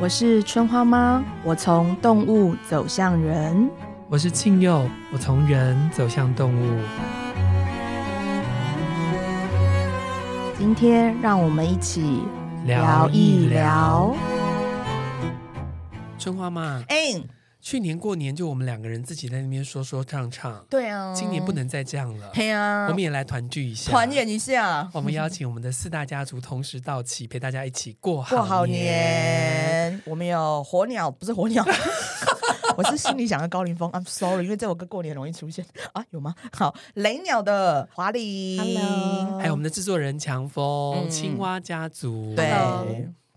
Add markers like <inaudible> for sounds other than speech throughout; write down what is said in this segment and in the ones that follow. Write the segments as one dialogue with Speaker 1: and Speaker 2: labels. Speaker 1: 我是春花妈，我从动物走向人。
Speaker 2: 我是庆佑，我从人走向动物。
Speaker 1: 今天让我们一起
Speaker 2: 聊一聊。春花嘛，
Speaker 1: 哎、
Speaker 2: 去年过年就我们两个人自己在那边说说唱唱，
Speaker 1: 对啊，
Speaker 2: 今年不，能再这样了，
Speaker 1: 嘿啊，
Speaker 2: 我们也来团聚一下，
Speaker 1: 团。圆一下，
Speaker 2: 我们邀请我们的四大家族同时到齐，陪大家一起过好
Speaker 1: 过好。年。我们有火鸟，不是火鸟。 <laughs> 我是心里想要高凌风，I'm sorry，因为这首歌过年容易出现啊，有吗？好，雷鸟的华丽
Speaker 3: Hello
Speaker 2: 还有我们的制作人强风、
Speaker 1: 嗯
Speaker 2: 青蛙家族，
Speaker 1: 对
Speaker 3: Hello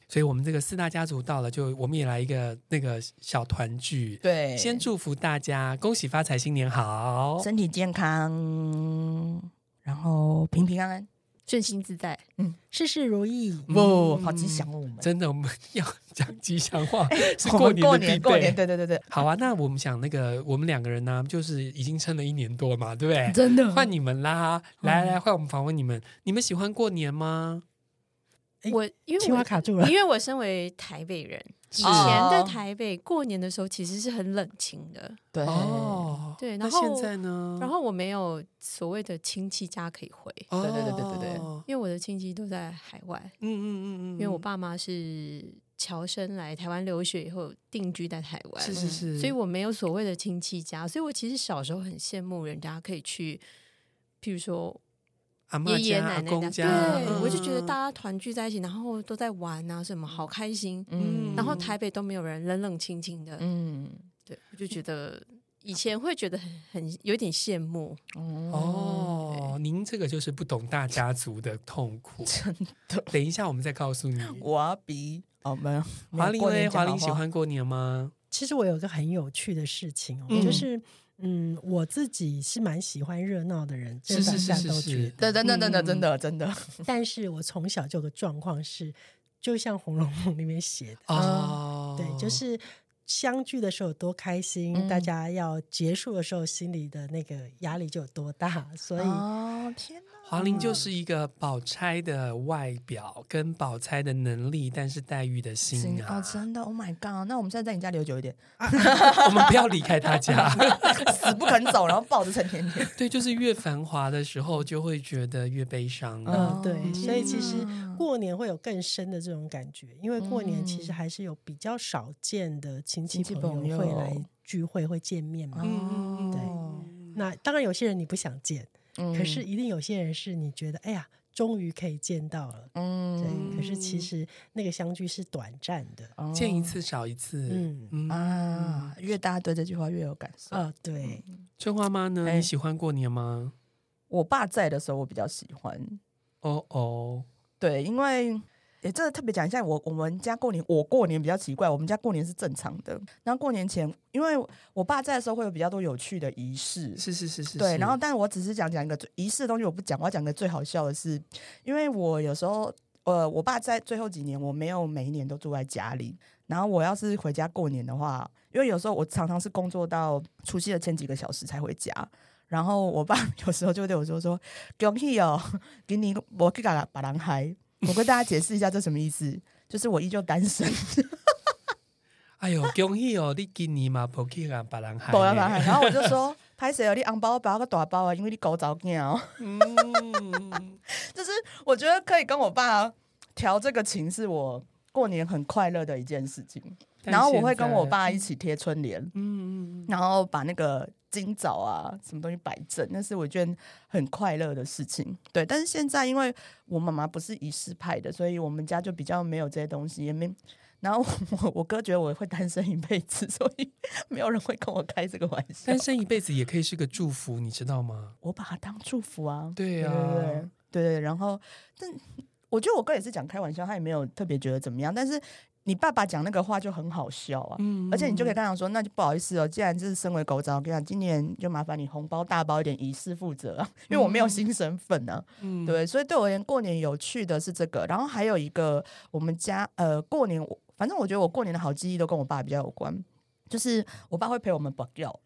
Speaker 2: 所以我们这个四大家族到了，就我们也来一个那个小团聚。
Speaker 1: 对，
Speaker 2: 先祝福大家，恭喜发财，新年好！
Speaker 1: 身体健康，然后平平安安。
Speaker 3: 顺心自在，
Speaker 1: 嗯
Speaker 3: 嗯，事事如意。
Speaker 1: 不、好吉祥哦，我们
Speaker 2: 真的，我们要讲吉祥话，
Speaker 3: 哎
Speaker 1: <laughs>
Speaker 2: 是
Speaker 1: 我
Speaker 2: 过
Speaker 1: 们
Speaker 2: 年
Speaker 1: 过
Speaker 2: 的必
Speaker 1: 年过年，
Speaker 2: 备。
Speaker 1: 对对对对，
Speaker 2: 好啊，那我们想那个，我们两个人呢、就是已经撑了一年多嘛，对不对？
Speaker 3: 真的嗯
Speaker 2: 换你们啦，来来，换我们访问你们。你们喜欢过年吗？
Speaker 3: 我，因为
Speaker 1: 青蛙
Speaker 3: 我
Speaker 1: 卡住了
Speaker 3: 因为我身为台北人，以
Speaker 2: 是
Speaker 3: 前
Speaker 2: 哦
Speaker 3: 在台北过年的时候其实是很冷清的，
Speaker 1: 对，
Speaker 2: 哦，
Speaker 3: 对
Speaker 2: 那
Speaker 3: 然后
Speaker 2: 现在呢？
Speaker 3: 然后我没有所谓的亲戚家可以回，
Speaker 2: 哦，
Speaker 1: 对对对对对对
Speaker 2: 嗯
Speaker 3: 因为我的亲戚都在海外，
Speaker 2: 嗯嗯嗯，
Speaker 3: 因为我爸妈是侨生来台湾留学以后定居在台湾，
Speaker 2: 是是是，
Speaker 3: 嗯所以我没有所谓的亲戚家，所以我其实小时候很羡慕人家可以去，譬如说
Speaker 2: 阿嬷
Speaker 3: 爷爷
Speaker 2: 家、
Speaker 3: 奶
Speaker 2: 阿
Speaker 3: 奶
Speaker 2: 公
Speaker 3: 家，
Speaker 2: 家，
Speaker 3: 对，
Speaker 2: 嗯
Speaker 3: 我就觉得大家团聚在一起，然后都在玩啊，什么好开心。
Speaker 1: 嗯，
Speaker 3: 然后台北都没有人，冷冷清清的，
Speaker 1: 嗯
Speaker 3: 对，我就觉得以前会觉得很很有点羡慕，
Speaker 1: 嗯
Speaker 2: 哦，您这个就是不懂大家族的痛苦，真的。等一下我们再告
Speaker 3: <laughs>
Speaker 2: 诉你。
Speaker 1: 我比哦没有，
Speaker 2: 华玲
Speaker 1: 过
Speaker 2: 嘞，
Speaker 1: 年讲
Speaker 2: 华玲
Speaker 1: 好
Speaker 2: 喜
Speaker 1: 话
Speaker 2: 欢过年吗？
Speaker 4: 其实我有一个很有趣的事情哦，
Speaker 2: 嗯
Speaker 4: 就是嗯，我自己是蛮喜欢热闹的人，
Speaker 2: 是是
Speaker 4: 这
Speaker 2: 是
Speaker 4: 大家
Speaker 2: 是
Speaker 4: 都
Speaker 2: 是
Speaker 4: 觉得
Speaker 1: 对，真的真的
Speaker 2: 嗯
Speaker 1: 真的真的，
Speaker 4: 但是我从小就有个状况是，就像《红楼梦》里面写的，
Speaker 1: 嗯
Speaker 2: 哦，
Speaker 4: 对，就是。相聚的时候有多开心，
Speaker 1: 嗯
Speaker 4: 大家要结束的时候心里的那个压力就有多大，所以、
Speaker 1: 哦天哪，
Speaker 2: 华玲就是一个宝钗的外表跟宝钗的能力，但是黛玉的心
Speaker 1: 行
Speaker 2: 啊
Speaker 1: 哦，真的，Oh my god，那我们现在在你家留久一点，
Speaker 2: <laughs>
Speaker 1: <laughs>
Speaker 2: 我们不要离开她家。
Speaker 1: 死不肯走，然后抱着陈甜甜，
Speaker 2: 对，就是越繁华的时候，就会觉得越悲伤。啊
Speaker 4: 嗯，
Speaker 1: 哦
Speaker 4: 对，所以其实
Speaker 1: 天哪
Speaker 4: 过年会有更深的这种感觉，因为过年其实
Speaker 1: 嗯
Speaker 4: 还是有比较少见的亲戚
Speaker 1: 亲戚
Speaker 4: 朋
Speaker 1: 朋
Speaker 4: 友会
Speaker 1: 友
Speaker 4: 来聚会、会见面嘛。
Speaker 2: 嗯
Speaker 1: 哦
Speaker 4: 那当然，有些人你不想见，
Speaker 1: 嗯
Speaker 4: 可是一定有些人是你觉得，哎呀，终于可以见到了。对，
Speaker 1: 嗯
Speaker 4: 可是其实那个相聚是短暂的。
Speaker 1: 哦
Speaker 2: 见一次少一次。
Speaker 4: 嗯
Speaker 2: 嗯
Speaker 1: 啊，越大家对这句话越有感受。
Speaker 4: 啊，对，
Speaker 2: 春花妈呢？
Speaker 1: 哎
Speaker 2: 你喜欢过年吗？
Speaker 1: 我爸在的时候，我比较喜欢，
Speaker 2: 哦哦，
Speaker 1: 对，因为。也这特别讲一下，我我们家过年，我过年比较奇怪，我们家过年是正常的。然后过年前，因为我爸在的时候会有比较多有趣的仪式，
Speaker 2: 是是是是。
Speaker 1: 对，
Speaker 2: 是
Speaker 1: 然后，但我只是讲讲一个最仪式的东西，我不讲。我要讲个最好笑的是，因为我有时候，呃，我爸在最后几年，我没有每一年都住在家里。然后我要是回家过年的话，因为有时候我常常是工作到除夕的前几个小时才回家。然后我爸 <laughs> 有时候就会对我说说：“恭喜哦，给你我去把把男孩。”我跟大家解释一下这什么意思，就是我依旧单身，
Speaker 2: 哎呦，恭喜哦，你今年嘛，不去啊，把人害。
Speaker 1: 抖了男孩。然后我就说：“拍谁哦，你红包包个大包啊，因为你狗早尿。”
Speaker 2: 嗯，
Speaker 1: 哦 <laughs> 就是我觉得可以跟我爸调这个情，是我过年很快乐的一件事情。
Speaker 2: 但
Speaker 1: 然后我会
Speaker 2: 现在
Speaker 1: 跟我，爸一起贴春联，
Speaker 2: 嗯嗯嗯，
Speaker 1: 然后把那个今早啊什么东西摆正，那是我觉得很快乐的事情。对，但是现在因为我妈妈不是仪式派的，所以我们家就比较没有这些东西，也没。然后我我哥觉得我会单身一辈子，所以没有人会跟我开这个玩笑
Speaker 2: 单。身一辈子也可以是个祝福，你知道吗？
Speaker 1: 我把它当祝福啊，
Speaker 2: 对
Speaker 1: 对
Speaker 2: 啊
Speaker 1: 对对对对，然后但我觉得我哥也是讲开玩笑，他也没有特别觉得怎么样，但是你爸爸讲那个话就很好笑啊。
Speaker 2: 嗯，
Speaker 1: 而且你就可以跟他讲说，那就不好意思哦，既然就是身为狗仔，我跟你讲，今年就麻烦你红包大包一点，以示负责啊，因为我没有新身份啊，
Speaker 2: 嗯，
Speaker 1: 对，所以对我而言，过年有趣的是这个，然后还有一个我们家呃，过年我反正我觉得我过年的好记忆都跟我爸比较有关，就是我爸会陪我们保钓。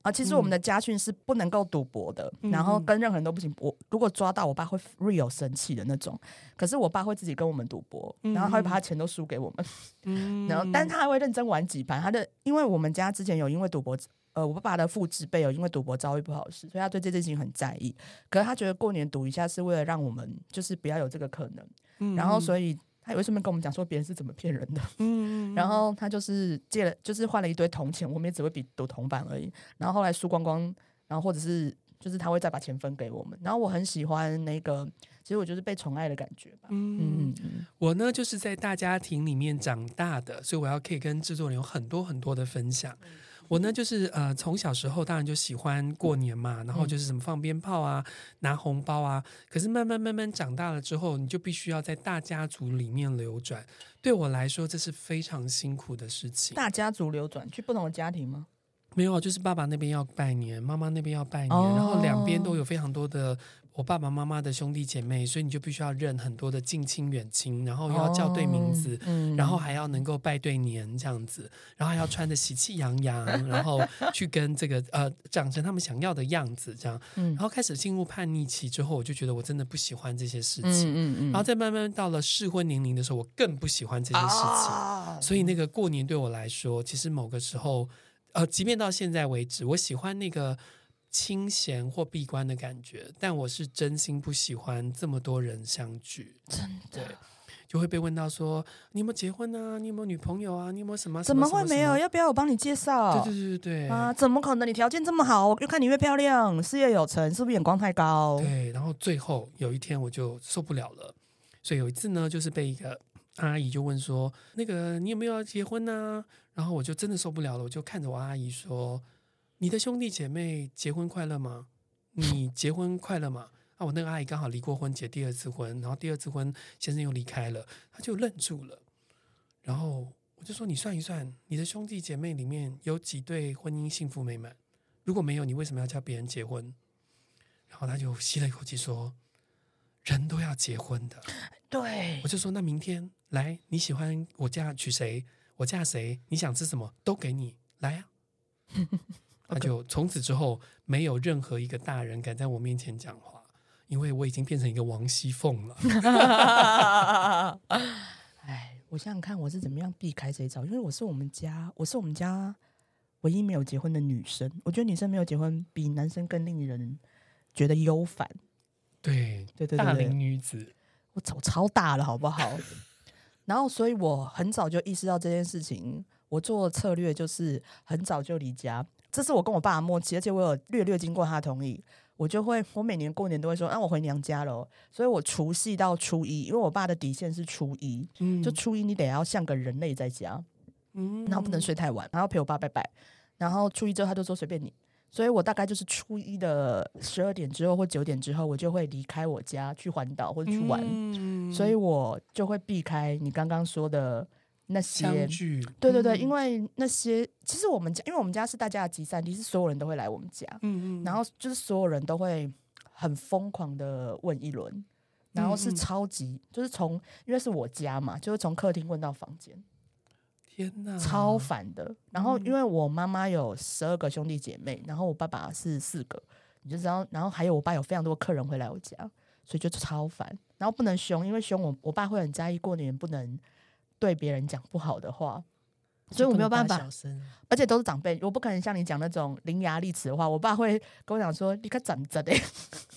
Speaker 1: 啊，其实
Speaker 2: 嗯
Speaker 1: 我们的家训是不能够赌博的，然后跟任何人都不行。我如果抓到我爸会 real 生气的那种，可是我爸会自己跟我们赌博，然后他会把他钱都输给我们，
Speaker 2: <laughs> 嗯
Speaker 1: 然后但是他还会认真玩几盘。他的因为我们家之前有因为赌博，呃，我爸爸的父之辈有因为赌博遭遇不好的事，所以他对这件事情很在意。可是他觉得过年赌一下是为了让我们就是不要有这个可能，然后所以他也会顺便跟我们讲说别人是怎么骗人的。
Speaker 2: 嗯
Speaker 1: 然后他就是借了，就是换了一堆铜钱，我们也只会比赌铜板而已。然后后来输光光，然后或者是就是他会再把钱分给我们。然后我很喜欢那个，其实我就是被宠爱的感觉吧。
Speaker 2: 嗯
Speaker 1: 嗯，嗯
Speaker 2: 我呢就是在大家庭里面长大的，所以我要可以跟制作人有很多很多的分享。我呢就是呃从小时候当然就喜欢过年嘛，然后就是什么放鞭炮啊、拿红包啊。可是慢慢慢慢长大了之后，你就必须要在大家族里面流转。对我来说，这是非常辛苦的事情。
Speaker 1: 大家族流转去不同的家庭吗？
Speaker 2: 没有，啊就是爸爸那边要拜年，妈妈那边要拜年，
Speaker 1: 哦
Speaker 2: 然后两边都有非常多的我爸爸妈妈的兄弟姐妹，所以你就必须要认很多的近亲远亲，然后又哦要叫对名字。
Speaker 1: 嗯
Speaker 2: 然后还要能够拜对年这样子，然后还要穿的喜气洋洋，然后去跟这个呃长成他们想要的样子这样。
Speaker 1: 嗯
Speaker 2: 然后开始进入叛逆期之后，我就觉得我真的不喜欢这些事情。
Speaker 1: 嗯嗯
Speaker 2: 然后再慢慢到了适婚年龄的时候，我更不喜欢这些事情。
Speaker 1: 啊
Speaker 2: 所以那个过年对我来说，其实某个时候，呃，即便到现在为止，我喜欢那个清闲或闭关的感觉，但我是真心不喜欢这么多人相聚，
Speaker 1: 真
Speaker 2: 对
Speaker 1: 的。
Speaker 2: 就会被问到说你有没有结婚啊？你有没有女朋友啊？你有没有什么？
Speaker 1: 怎么会没有？
Speaker 2: 什
Speaker 1: 要不要我帮你介
Speaker 2: 么
Speaker 1: 绍？
Speaker 2: 对对对对对。
Speaker 1: 啊，怎么可能？你条件这么好，我又看你越漂亮，事业有成，是不是眼光太高？
Speaker 2: 对，然后最后有一天我就受不了了，所以有一次呢，就是被一个阿姨就问说：“那个你有没有要结婚呢、然后我就真的受不了了，我就看着我阿姨说：“你的兄弟姐妹结婚快乐吗？你结婚快乐吗？”啊，我那个阿姨刚好离过婚，结第二次婚，然后第二次婚先生又离开了，她就愣住了。然后我就说：“你算一算，你的兄弟姐妹里面有几对婚姻幸福美满？如果没有，你为什么要叫别人结婚？”然后他就吸了一口气说：“人都要结婚的。
Speaker 1: 对”
Speaker 2: 我就说：“那明天来，你喜欢我嫁娶谁，我嫁谁，你想吃什么都给你
Speaker 1: <laughs>
Speaker 2: 来呀、啊。”他就从此之后没有任何一个大人敢在我面前讲话，因为我已经变成一个王熙
Speaker 1: <laughs>
Speaker 2: 凤了。
Speaker 1: 哎，我想想看我是怎么样避开这一招，因为我是我们家，我是我们家唯一没有结婚的女生。我觉得女生没有结婚比男生更令人觉得忧烦。
Speaker 2: 对，
Speaker 1: 对对
Speaker 2: 大
Speaker 1: 对对
Speaker 2: 龄女子，
Speaker 1: 我早超大了，好 <laughs> 不好？然后，所以我很早就意识到这件事情。我做的策略就是很早就离家，这是我跟我爸的默契，而且我有略略经过他同意。我就会，我每年过年都会说，啊，我回娘家了哦。所以我除夕到初一，因为我爸的底线是初一，
Speaker 2: 嗯
Speaker 1: 就初一你得要像个人类在家，
Speaker 2: 嗯
Speaker 1: 然后不能睡太晚，然后陪我爸拜拜，然后初一之后他就说随便你，所以我大概就是初一的十二点之后或九点之后，我就会离开我家去环岛或者去玩，
Speaker 2: 嗯
Speaker 1: 所以我就会避开你刚刚说的那些
Speaker 2: 相。聚，
Speaker 1: 对对
Speaker 2: 嗯
Speaker 1: 对，因为那些其实我们家，因为我们家是大家的集散地，是所有人都会来我们家，
Speaker 2: 嗯
Speaker 1: 然后就是所有人都会很疯狂的问一轮，然后是
Speaker 2: 嗯嗯
Speaker 1: 超级，就是从因为是我家嘛，就是从客厅问到房间，
Speaker 2: 天哪，
Speaker 1: 超烦的。然后
Speaker 2: 嗯
Speaker 1: 因为我妈妈有十二个兄弟姐妹，然后我爸爸是四个，你就知道。然后还有我爸有非常多客人会来我家，所以就超烦。然后不能凶，因为凶我我爸会很在意，过年不能对别人讲不好的话，所以我没有办
Speaker 4: 就不
Speaker 1: 法
Speaker 4: 能打小。声
Speaker 1: 而且都是长辈，我不可能像你讲那种伶牙俐齿的话。我爸会跟我讲说：“你可长着的， <laughs>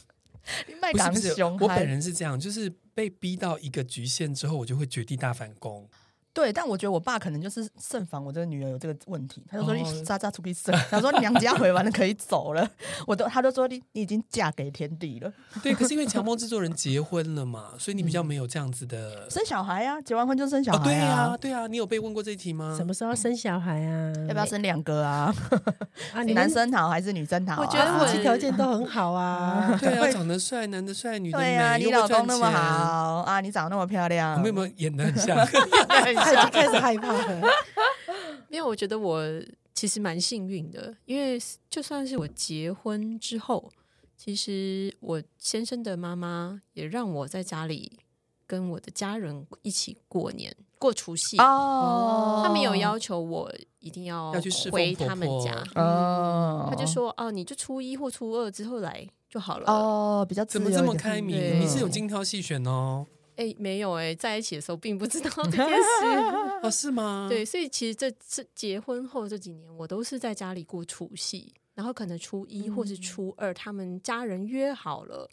Speaker 1: 你卖
Speaker 2: 不是
Speaker 1: 港
Speaker 2: 不是，
Speaker 1: 熊
Speaker 2: 我本
Speaker 1: 嗨
Speaker 2: 人是这样，就是被逼到一个局限之后，我就会绝地大反攻。
Speaker 1: 对，但我觉得我爸可能就是慎防我这个女儿有这个问题，他就说
Speaker 2: 哦
Speaker 1: 你渣渣出去生， <laughs> 他说娘家回完了可以走了，我都他都说你你已经嫁给天地了，
Speaker 2: <laughs> 对，可是因为强迫制作人结婚了嘛，所以你比较没有这样子的。
Speaker 1: 生小孩啊，结完婚就生小
Speaker 2: 啊，对
Speaker 1: 孩
Speaker 2: 呀、
Speaker 1: 啊，
Speaker 2: 对呀、你有被问过这一题吗？
Speaker 4: 什么时候要生小孩啊？
Speaker 1: 嗯要不要生两个啊？
Speaker 4: 啊？你们
Speaker 1: 男生好还是女生好、啊？嗯
Speaker 3: 我觉得
Speaker 4: 夫妻
Speaker 3: 我
Speaker 4: 条件都很好啊。
Speaker 2: 对啊，长得帅，男的帅，女的
Speaker 1: <laughs>
Speaker 2: 美，
Speaker 1: 对呀、啊，
Speaker 2: 又
Speaker 1: 你
Speaker 2: 会
Speaker 1: 老
Speaker 2: 赚
Speaker 1: 公那么
Speaker 2: 钱
Speaker 1: 好，啊，你长那么漂
Speaker 2: 我
Speaker 1: 亮
Speaker 2: 们，有没有演的很
Speaker 1: <laughs>
Speaker 2: 像？
Speaker 1: <laughs> 很
Speaker 4: 他已
Speaker 1: 像
Speaker 4: 经开始害
Speaker 1: <laughs>
Speaker 4: 怕了。
Speaker 3: 没有，我觉得我其实蛮幸运的，因为就算是我结婚之后，其实我先生的妈妈也让我在家里跟我的家人一起过年，过除夕。
Speaker 1: 哦
Speaker 3: 他们有要求我一定要
Speaker 2: 要去侍
Speaker 3: 回
Speaker 2: 奉婆
Speaker 3: 他们
Speaker 2: 婆
Speaker 3: 家，
Speaker 1: 哦，
Speaker 3: 他就说：“哦，你就初一或初二之后来就好了。”
Speaker 1: 哦，比较自
Speaker 2: 怎
Speaker 1: 由一点
Speaker 2: 么这么开明？
Speaker 3: 对
Speaker 2: 你是有精挑细选哦。
Speaker 3: 哎、没有哎、在一起的时候并不知道这件事。
Speaker 1: <laughs>
Speaker 2: 哦，是吗？
Speaker 3: 对，，所以其实这这结婚后这几年，我都是在家里过除夕，然后可能初一或是
Speaker 1: 嗯
Speaker 3: 初二，他们家人约好了，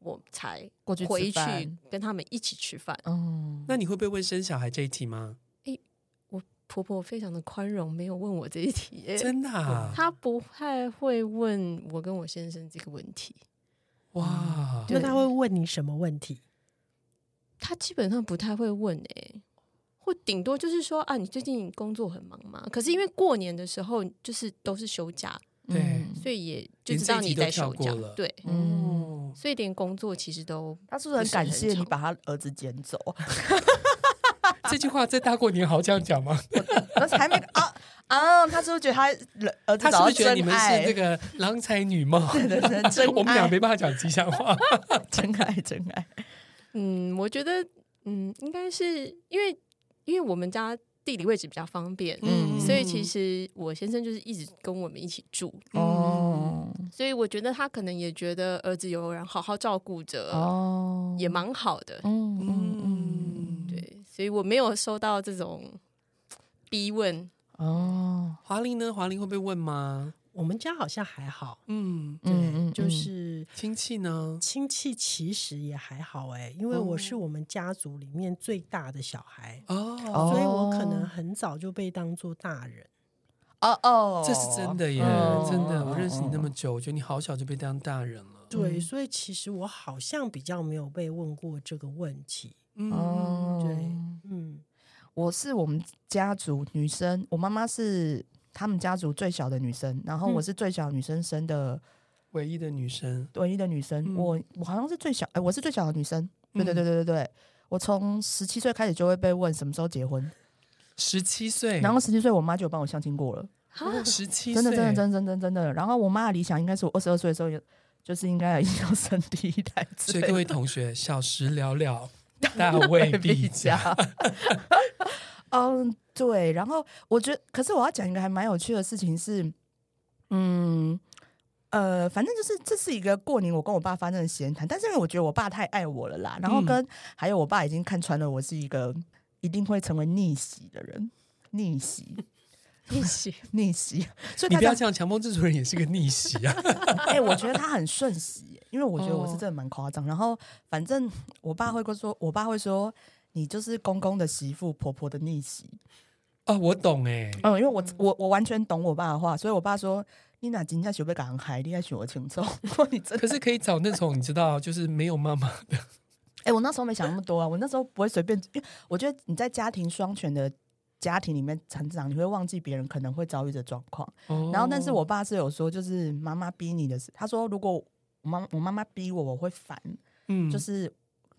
Speaker 3: 我才
Speaker 1: 过去吃
Speaker 3: 回去
Speaker 1: 饭
Speaker 3: 跟他们一起吃饭。
Speaker 1: 嗯，
Speaker 2: 那你会不会问生小孩这一题吗？
Speaker 3: 婆婆非常的宽容，没有问我这一题耶、
Speaker 2: 真的啊？
Speaker 3: 她不太会问我跟我先生这个问题，
Speaker 2: 哇，
Speaker 4: 那
Speaker 3: 对
Speaker 4: 他会问你什么问题？
Speaker 3: 她基本上不太会问哎、或顶多就是说啊，你最近工作很忙吗？可是因为过年的时候就是都是休假，
Speaker 2: 对
Speaker 1: 嗯
Speaker 3: 所以也就
Speaker 2: 连
Speaker 3: 知
Speaker 2: 这一
Speaker 3: 道
Speaker 2: 题
Speaker 3: 你
Speaker 2: 都
Speaker 3: 在
Speaker 2: 跳
Speaker 3: 休
Speaker 2: 过
Speaker 3: 假
Speaker 2: 了，
Speaker 3: 对，
Speaker 1: 嗯，
Speaker 2: 哦，
Speaker 3: 所以连工作其实都
Speaker 1: 他是不是很
Speaker 3: 不是
Speaker 1: 感
Speaker 3: 很
Speaker 1: 谢你
Speaker 3: 常
Speaker 1: 把他儿子捡走？啊
Speaker 2: 这句话在大过年好这样讲
Speaker 1: <laughs>
Speaker 2: 吗？
Speaker 1: 而且还没啊啊，他是不是觉得他儿子
Speaker 2: 他是
Speaker 1: 找
Speaker 2: 不
Speaker 1: 到
Speaker 2: 是觉得你
Speaker 1: 真
Speaker 2: 们是
Speaker 1: 爱？
Speaker 2: 这个郎才
Speaker 1: <laughs>
Speaker 2: 女貌？
Speaker 1: 对对
Speaker 2: <laughs>
Speaker 1: 对真爱
Speaker 2: 我们俩没办法讲吉祥话。
Speaker 1: 真爱，真爱。
Speaker 3: 嗯，我觉得嗯，应该是因为因为我们家地理位置比较方便，
Speaker 1: 嗯
Speaker 3: 所以其实我先生就是一直跟我们一起住，嗯
Speaker 1: 哦
Speaker 3: 所以我觉得他可能也觉得儿子有人好好照顾着，
Speaker 1: 哦，
Speaker 3: 也蛮好的，
Speaker 1: 嗯
Speaker 2: 嗯，
Speaker 3: 对，所以我没有收到这种逼问，
Speaker 2: 嗯
Speaker 1: 哦，
Speaker 2: 华玲呢？华玲会被问吗？
Speaker 4: 我们家好像还好，
Speaker 2: 嗯，
Speaker 4: 对，
Speaker 1: 嗯嗯
Speaker 4: 就
Speaker 1: 嗯
Speaker 4: 是
Speaker 2: 亲戚呢？
Speaker 4: 亲戚其实也还好哎、因
Speaker 1: 哦
Speaker 4: 为我是我们家族里面最大的小孩，
Speaker 2: 哦，
Speaker 4: 所以我可能
Speaker 1: 哦
Speaker 4: 很早就被当做大人。
Speaker 1: 哦哦，
Speaker 2: 这是真的耶，
Speaker 1: 哦
Speaker 2: 真的。我认识你那么
Speaker 1: 哦
Speaker 2: 久，我觉得你好小就被当大人了。
Speaker 4: 对，
Speaker 1: 嗯
Speaker 4: 所以其实我好像比较没有被问过这个问题。
Speaker 2: 嗯，
Speaker 1: 哦，
Speaker 4: 对，嗯，
Speaker 1: 我是我们家族女生，我妈妈是他们家族最小的女生，然后我
Speaker 4: 嗯
Speaker 1: 是最小女生生的
Speaker 2: 唯一的女生。
Speaker 1: 唯一的女生，
Speaker 2: 嗯
Speaker 1: 我我好像是最小，哎、我是最小的女生，对对
Speaker 2: 嗯
Speaker 1: 对对对对。我从十七岁开始就会被问什么时候结婚，
Speaker 2: 十七岁，
Speaker 1: 然后十七岁我妈就帮我相亲过了，
Speaker 2: 哎
Speaker 3: 啊
Speaker 2: 十七岁，
Speaker 1: 真的真的真的真的真的真的。然后我妈的理想应该是我二十二岁的时候有，就是应该已经要生第一胎之
Speaker 2: 所
Speaker 1: 类的， <laughs>
Speaker 2: 以各位同学，小时了了，大未必
Speaker 1: 必
Speaker 2: <laughs> 佳。
Speaker 1: 加。嗯，对。然后我觉得，可是我要讲一个还蛮有趣的事情是，嗯。呃，反正就是这是一个过年我跟我爸发生的闲谈，但是因为我觉得我爸太爱我了
Speaker 2: 嗯
Speaker 1: 啦，然后跟、还有我爸已经看穿了我是一个一定会成为逆袭的人， <laughs> 逆袭 <laughs>
Speaker 3: 一起
Speaker 1: 逆袭，所以
Speaker 2: 你
Speaker 1: 他
Speaker 2: 不要
Speaker 1: 讲
Speaker 2: 这样，强迫制作人也是个逆袭
Speaker 1: <laughs>
Speaker 2: 啊！
Speaker 1: 哎、我觉得他很瞬息耶，因为我觉得我是真的蛮夸张。然后反正我爸会说，我爸会说你就是公公的媳妇，婆婆的逆袭。
Speaker 2: 哦，我懂哎、
Speaker 1: 嗯，因为我我我完全懂我爸的话，所以我爸说你哪今天学被赶海，你还选我 <laughs> 轻松。我说你真
Speaker 2: 可
Speaker 1: 的
Speaker 2: 是可以找那种你知道，就是没有妈妈的，
Speaker 1: 哎、我那时候没想那么多啊，我那时候不会随便，因为我觉得你在家庭双全的。家庭里面成长，你会忘记别人可能会遭遇的状况。然后，但是我爸是有说，就是妈妈逼你的事。他说，如果我妈我妈妈逼我，我会烦。
Speaker 2: 嗯
Speaker 1: 就是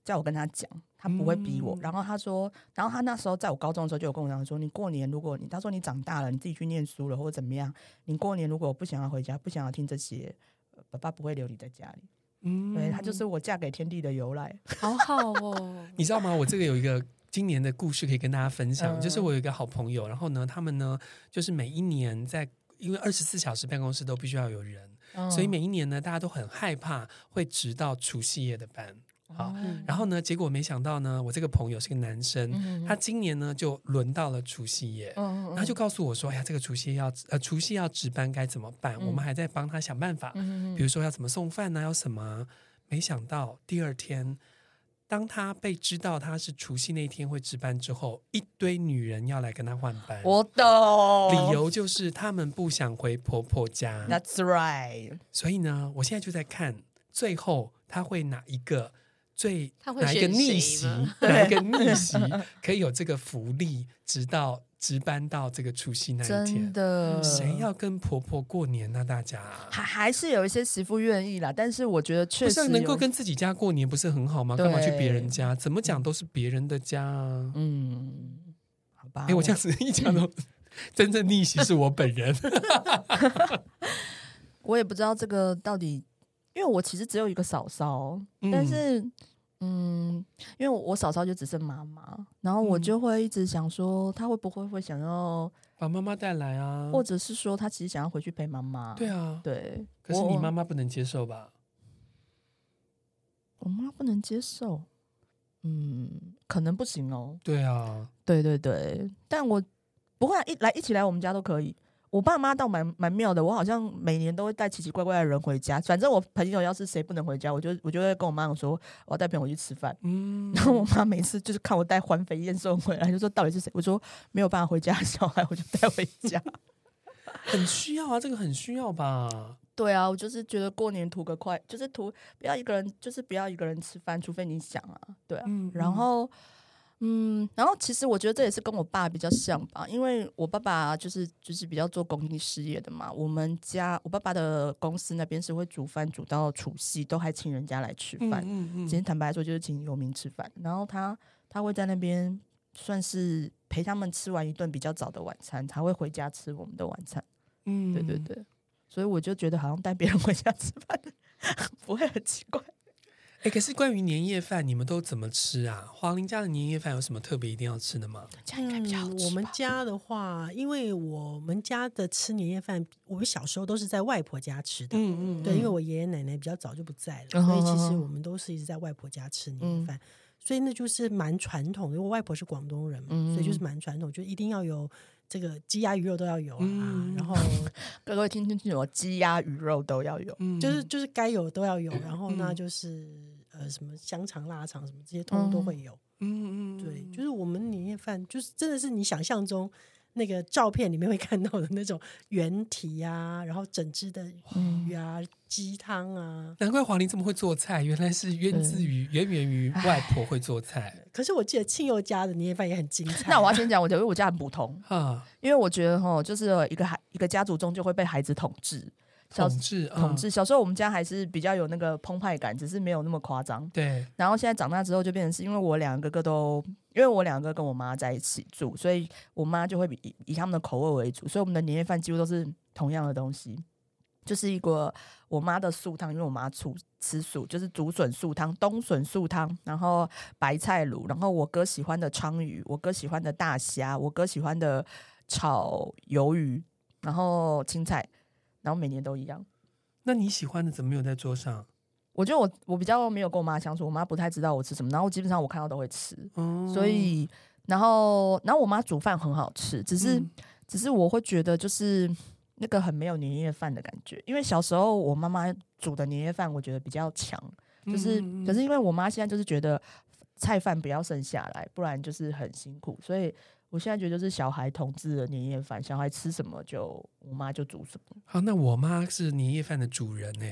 Speaker 1: 叫我跟他讲，他不会逼我。
Speaker 2: 嗯
Speaker 1: 然后他说，然后他那时候在我高中的时候就有跟我讲说，你过年如果你他说你长大了，你自己去念书了或者怎么样，你过年如果不想要回家，不想要听这些，呃爸爸不会留你在家里。
Speaker 2: 嗯
Speaker 1: 对，他就是我嫁给天地的由来。
Speaker 3: <laughs> 好好
Speaker 1: <laughs>
Speaker 3: 哦，
Speaker 2: 你知道吗？我这个有一个今年的故事可以跟大家分享，
Speaker 1: 嗯
Speaker 2: 就是我有一个好朋友，然后呢，他们呢，就是每一年在。因为二十四小时办公室都必须要有人，
Speaker 1: 嗯
Speaker 2: 所以每一年呢，大家都很害怕会直到除夕夜的班。好
Speaker 1: 嗯
Speaker 2: 然后呢，结果没想到呢，我这个朋友是个男生，
Speaker 1: 嗯
Speaker 2: 他今年呢就轮到了除夕夜，
Speaker 1: 嗯
Speaker 2: 他就告诉我说：“哎呀，这个除夕要呃除夕要值班该怎么办？
Speaker 1: 嗯
Speaker 2: 我们还在帮他想办法，
Speaker 1: 嗯
Speaker 2: 比如说要怎么送饭呢、要什么啊？”没想到第二天，当他被知道他是除夕那天会值班之后，一堆女人要来跟他换班，
Speaker 3: 哦
Speaker 1: 我懂
Speaker 2: 理。由就是他们不想回婆婆家。
Speaker 1: That's right。
Speaker 2: 所以呢，我现在就在看最后他会哪一个最
Speaker 3: 他会
Speaker 2: 哪一个
Speaker 3: 选谁
Speaker 2: 逆
Speaker 3: <laughs>
Speaker 2: 袭
Speaker 3: 吗，
Speaker 2: 哪一个逆袭可以有这个福利，直到值班到这个除夕那一
Speaker 1: 真
Speaker 2: 天。
Speaker 1: 的，
Speaker 2: 谁要跟婆婆过年呢、大家
Speaker 1: 还还是有一些媳妇愿意啦，但是我觉得确
Speaker 2: 不
Speaker 1: 实
Speaker 2: 是能
Speaker 1: 有
Speaker 2: 够跟自己家过年，不是很好吗？干嘛去别人家？怎么讲都是别人的家啊！
Speaker 1: 嗯，好吧。
Speaker 2: 哎、我这样子一
Speaker 1: <laughs>
Speaker 2: 讲都，真正逆袭是我本人。
Speaker 1: 我也不知道这个到底，因为我其实只有一个嫂嫂，
Speaker 2: 嗯
Speaker 1: 但是嗯，因为我我嫂嫂就只剩妈妈，然后我
Speaker 2: 嗯
Speaker 1: 就会一直想说，她会不会会想要，
Speaker 2: 把妈妈带来啊。
Speaker 1: 或者是说她其实想要回去陪妈妈？
Speaker 2: 对啊，
Speaker 1: 对，
Speaker 2: 可是你
Speaker 1: 我
Speaker 2: 妈，妈不能接受吧？
Speaker 1: 我妈不能接受，嗯，可能不行哦。
Speaker 2: 对啊，
Speaker 1: 对对对，但我不会啊一来一起来我们家都可以。我爸妈倒蛮蛮妙的，我好像每年都会带奇奇怪怪的人回家。反正我朋友要是谁不能回家，我就我就会跟我妈讲说，我要带朋友去吃饭。
Speaker 2: 嗯，
Speaker 1: 然后我妈每次就是看我带环肥燕瘦回来，就说到底是谁？我说没有办法回家的小孩，我就带回家。
Speaker 2: 很需要啊，这个很需要
Speaker 1: <laughs>
Speaker 2: 吧？
Speaker 1: <laughs> 对啊，我就是觉得过年图个快，就是图不要一个人，就是不要一个人吃饭，除非你想啊，对啊。
Speaker 2: 嗯，
Speaker 1: 然后，嗯，然后其实我觉得这也是跟我爸比较像吧，因为我爸爸就是就是比较做公益事业的嘛。我们家我爸爸的公司那边是会煮饭煮到除夕，都还请人家来吃
Speaker 2: 嗯
Speaker 1: 饭。
Speaker 2: 嗯
Speaker 1: 今
Speaker 2: 嗯
Speaker 1: 天坦白说，就是请游民吃饭，然后他他会在那边算是陪他们吃完一顿比较早的晚餐，才会回家吃我们的晚餐。
Speaker 2: 嗯，
Speaker 1: 对对对，所以我就觉得好像带别人回家吃饭 <laughs> 不会很奇怪。
Speaker 2: 哎，可是关于年夜饭，你们都怎么吃啊？华林家的年夜饭有什么特别一定要吃的吗？
Speaker 1: 这样应该比较好
Speaker 4: 嗯
Speaker 1: 吃
Speaker 4: 我们
Speaker 1: 吧
Speaker 4: 家的话，因为我们家的吃年夜饭，我们小时候都是在外婆家吃的。
Speaker 2: 嗯
Speaker 4: 对，因为我爷爷奶奶比较早就不在了，
Speaker 1: 嗯
Speaker 4: 所以其实
Speaker 1: 嗯嗯
Speaker 4: 我们都是一直在外婆家吃年
Speaker 1: 嗯
Speaker 4: 夜饭，所以那就是蛮传统的。因为我外婆是广东人嘛，所以就是
Speaker 1: 嗯
Speaker 4: 蛮传统，就一定要有这个鸡鸭鱼肉都要有啊，
Speaker 2: 嗯
Speaker 4: 然后
Speaker 1: <laughs> 各位听听清楚，哦鸡鸭鱼肉都要有。
Speaker 2: 嗯
Speaker 4: 就是就是该有都要有，然后那
Speaker 2: 嗯
Speaker 4: 就是呃什么香肠、腊肠什么这些，通通都
Speaker 1: 嗯
Speaker 4: 会有。
Speaker 2: 嗯嗯，
Speaker 4: 对，就是我们年夜饭，就是真的是你想象中那个照片里面会看到的那种圆体啊，然后整只的
Speaker 1: 嗯
Speaker 4: 鱼啊、鸡汤啊。
Speaker 2: 难怪华林这么会做菜，原来是源自于源源于外婆会做菜
Speaker 4: 可是我记得庆佑家的年夜饭也很精彩。
Speaker 1: <laughs> 那我要先讲我的，因为我家很普通，
Speaker 2: 啊，
Speaker 1: 因为我觉得哈，就是有一个孩一个家族中就会被孩子统治。小
Speaker 2: 统治啊
Speaker 1: 统治嗯小时候我们家还是比较有那个澎湃感，只是没有那么夸张。
Speaker 2: 对，
Speaker 1: 然后现在长大之后，就变成是因为我两个哥都，因为我两个跟我妈在一起住，所以我妈就会以以他们的口味为主，所以我们的年夜饭几乎都是同样的东西，就是一个我妈的素汤，因为我妈醋吃素，就是竹笋素汤、冬笋素汤，然后白菜卤，然后我哥喜欢的鲳鱼，我哥喜欢的大虾，我哥喜欢的炒鱿鱼，然后青菜，然后每年都一样。
Speaker 2: 那你喜欢的怎么没有在桌上？
Speaker 1: 我觉得我我比较没有跟我妈相处，我妈不太知道我吃什么，然后基本上我看到都会吃，
Speaker 2: 哦
Speaker 1: 所以然后然后我妈煮饭很好吃，只是、
Speaker 2: 嗯
Speaker 1: 只是我会觉得就是那个很没有年夜饭的感觉，因为小时候我妈妈煮的年夜饭我觉得比较强，就是、
Speaker 2: 嗯嗯
Speaker 1: 可是因为我妈现在就是觉得菜饭不要剩下来，不然就是很辛苦，所以。我现在觉得就是小孩统治了年夜饭，小孩吃什么就我妈就煮什么。
Speaker 2: 嗯好，那我妈是年夜饭的主人呢、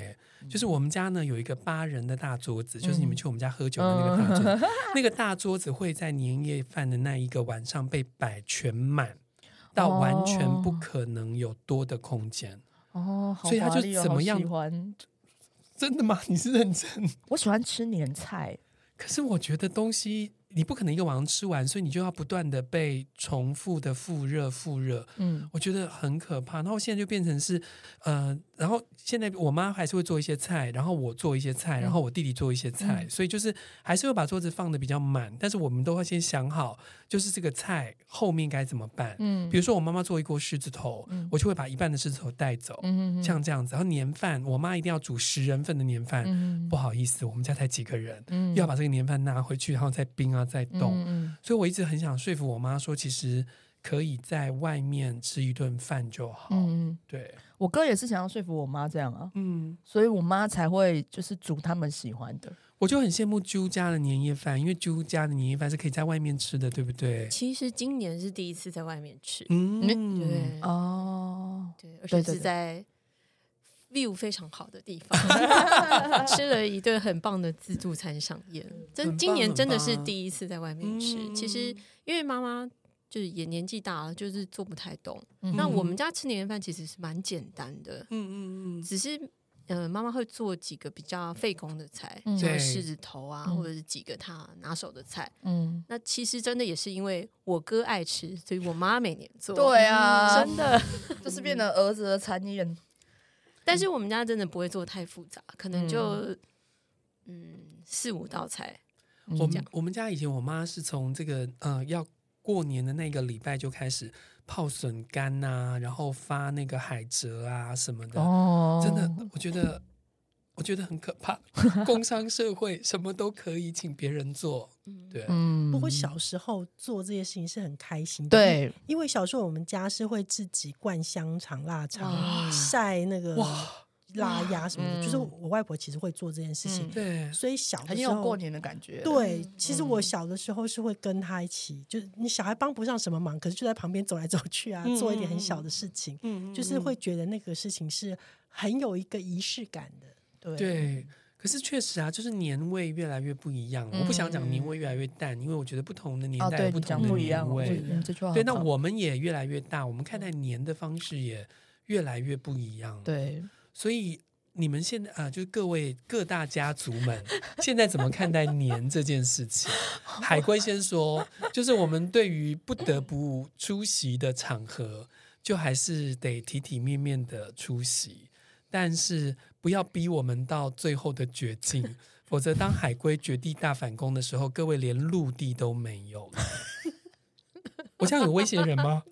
Speaker 2: 就是我们家呢有一个八人的大桌子，就是你
Speaker 1: 嗯
Speaker 2: 们去我们家喝酒的那个大桌 <laughs> 子，嗯那个大桌子会在年夜饭的那一个晚上被摆全满，到完全不
Speaker 1: 哦
Speaker 2: 可能有多的空间。
Speaker 1: 哦，好
Speaker 2: 所以她
Speaker 1: 华
Speaker 2: 就
Speaker 1: 丽哦
Speaker 2: 怎
Speaker 1: 好
Speaker 2: 么样
Speaker 1: 喜欢？
Speaker 2: 真的吗？你是认真？
Speaker 1: 我喜欢吃年菜，
Speaker 2: 可是我觉得东西你不可能一个晚上吃完，所以你就要不断的被重复的复热复热。
Speaker 1: 嗯
Speaker 2: 我觉得很可怕，然后现在就变成是，呃，然后现在我妈还是会做一些菜，然后我做一些菜，然后我弟弟做一些菜，
Speaker 1: 嗯
Speaker 2: 所以就是还是会把桌子放的比较满，但是我们都会先想好，就是这个菜后面该怎么办。
Speaker 1: 嗯
Speaker 2: 比如说我妈妈做一锅狮子头，
Speaker 1: 嗯
Speaker 2: 我就会把一半的狮子头带走，
Speaker 1: 嗯
Speaker 2: 像这样子。然后年饭，我妈一定要煮十人份的年饭，
Speaker 1: 嗯
Speaker 2: 不好意思，我们家才几个人，
Speaker 1: 嗯
Speaker 2: 又要把这个年饭拿回去，然后再冰啊，再冻。
Speaker 1: 嗯
Speaker 2: 所以我一直很想说服我妈说，其实可以在外面吃一顿饭就好。
Speaker 1: 嗯嗯，
Speaker 2: 对，
Speaker 1: 我哥也是想要说服我妈这样啊，
Speaker 2: 嗯，
Speaker 1: 所以我妈才会就是煮他们喜欢的。
Speaker 2: 我就很羡慕朱家的年夜饭，因为朱家的年夜饭是可以在外面吃的，对不对？
Speaker 3: 其实今年是第一次在外面吃，
Speaker 2: 嗯，
Speaker 3: 对
Speaker 1: 哦，
Speaker 3: 对，
Speaker 1: 对
Speaker 3: 而且
Speaker 1: 对
Speaker 3: 是
Speaker 1: 对
Speaker 3: 在 view 非常好的地方，
Speaker 1: <laughs>
Speaker 3: 吃了一顿很棒的自助餐赏宴。
Speaker 2: 很
Speaker 3: 真今年
Speaker 2: 棒
Speaker 3: 真的
Speaker 2: 很
Speaker 3: 是
Speaker 2: 棒
Speaker 3: 第一次在外
Speaker 2: 嗯
Speaker 3: 面吃，
Speaker 1: 嗯
Speaker 3: 其实因为妈妈。就是也年纪大了，就是做不太懂。
Speaker 1: 嗯
Speaker 3: 那我们家吃年夜饭其实是蛮简单的，
Speaker 2: 嗯嗯嗯，
Speaker 3: 只是呃，妈妈会做几个比较费工的菜，
Speaker 1: 嗯
Speaker 3: 像
Speaker 2: 对
Speaker 3: 狮子头啊，
Speaker 1: 嗯
Speaker 3: 或者是几个她拿手的菜。
Speaker 1: 嗯，
Speaker 3: 那其实真的也是因为我哥爱吃，所以我妈每年做。
Speaker 1: 对啊，
Speaker 3: 真
Speaker 1: <laughs>
Speaker 3: 的。
Speaker 1: 就是变成儿子的餐宴。
Speaker 3: 但嗯是我们家真的不会做太复杂，可能就嗯四五道菜，
Speaker 2: 我
Speaker 1: 嗯
Speaker 2: 们我们家以前我妈是从这个呃要过年的那个礼拜就开始泡笋干呐、然后发那个海蜇啊什么的，
Speaker 5: 哦，
Speaker 2: 真的，我觉得我觉得很可
Speaker 1: <laughs>
Speaker 2: 怕。工商社会什么都可以请别人做，对，
Speaker 5: 嗯，
Speaker 4: 不过小时候做这些事情是很开心的，，
Speaker 5: 对
Speaker 4: 因为小时候我们家是会自己灌香肠、腊肠、
Speaker 2: 哇
Speaker 4: 晒那个
Speaker 2: 哇，
Speaker 4: 腊鸭什么的，
Speaker 5: 嗯
Speaker 4: 就是我外婆其实会做这件事情，
Speaker 1: 嗯
Speaker 2: 对，
Speaker 4: 所以小的
Speaker 1: 很
Speaker 4: 时
Speaker 1: 有
Speaker 4: 候
Speaker 1: 过。年的感觉。
Speaker 4: 对
Speaker 3: 嗯，
Speaker 4: 其实我小的时候是会跟她一起，就是你小孩帮不上什么忙，可是就在旁边走来走去啊，
Speaker 2: 嗯
Speaker 4: 做一点
Speaker 2: 嗯
Speaker 4: 很
Speaker 2: 嗯
Speaker 4: 小的事情，
Speaker 2: 嗯
Speaker 4: 就是会觉得那个事情是很有一个仪式感的。
Speaker 1: 对
Speaker 2: 对。可是确实啊，就是年味越来越不一样。我不想讲年味越来越淡，因为我觉得不同的年
Speaker 1: 嗯哦，
Speaker 2: 代有
Speaker 1: 对你
Speaker 2: 同
Speaker 1: 讲
Speaker 2: 的
Speaker 1: 不一样
Speaker 2: 年
Speaker 1: 哦，
Speaker 2: 味。
Speaker 1: 嗯这句话
Speaker 2: 对，
Speaker 1: 很
Speaker 2: 那
Speaker 1: 好
Speaker 2: 我们也越来越大，我们看待
Speaker 1: 嗯
Speaker 2: 年的方式也越来越不一样。，
Speaker 5: 对，
Speaker 2: 所以你们现在啊、就是各位各大家族们，现在怎么看待年这件事情？海龟先说，就是我们对于不得不出席的场合，就还是得体体面面的出席，但是不要逼我们到最后的绝境。否则，当海龟绝地大反攻的时候，各位连陆地都没有了。我这样有威胁人吗？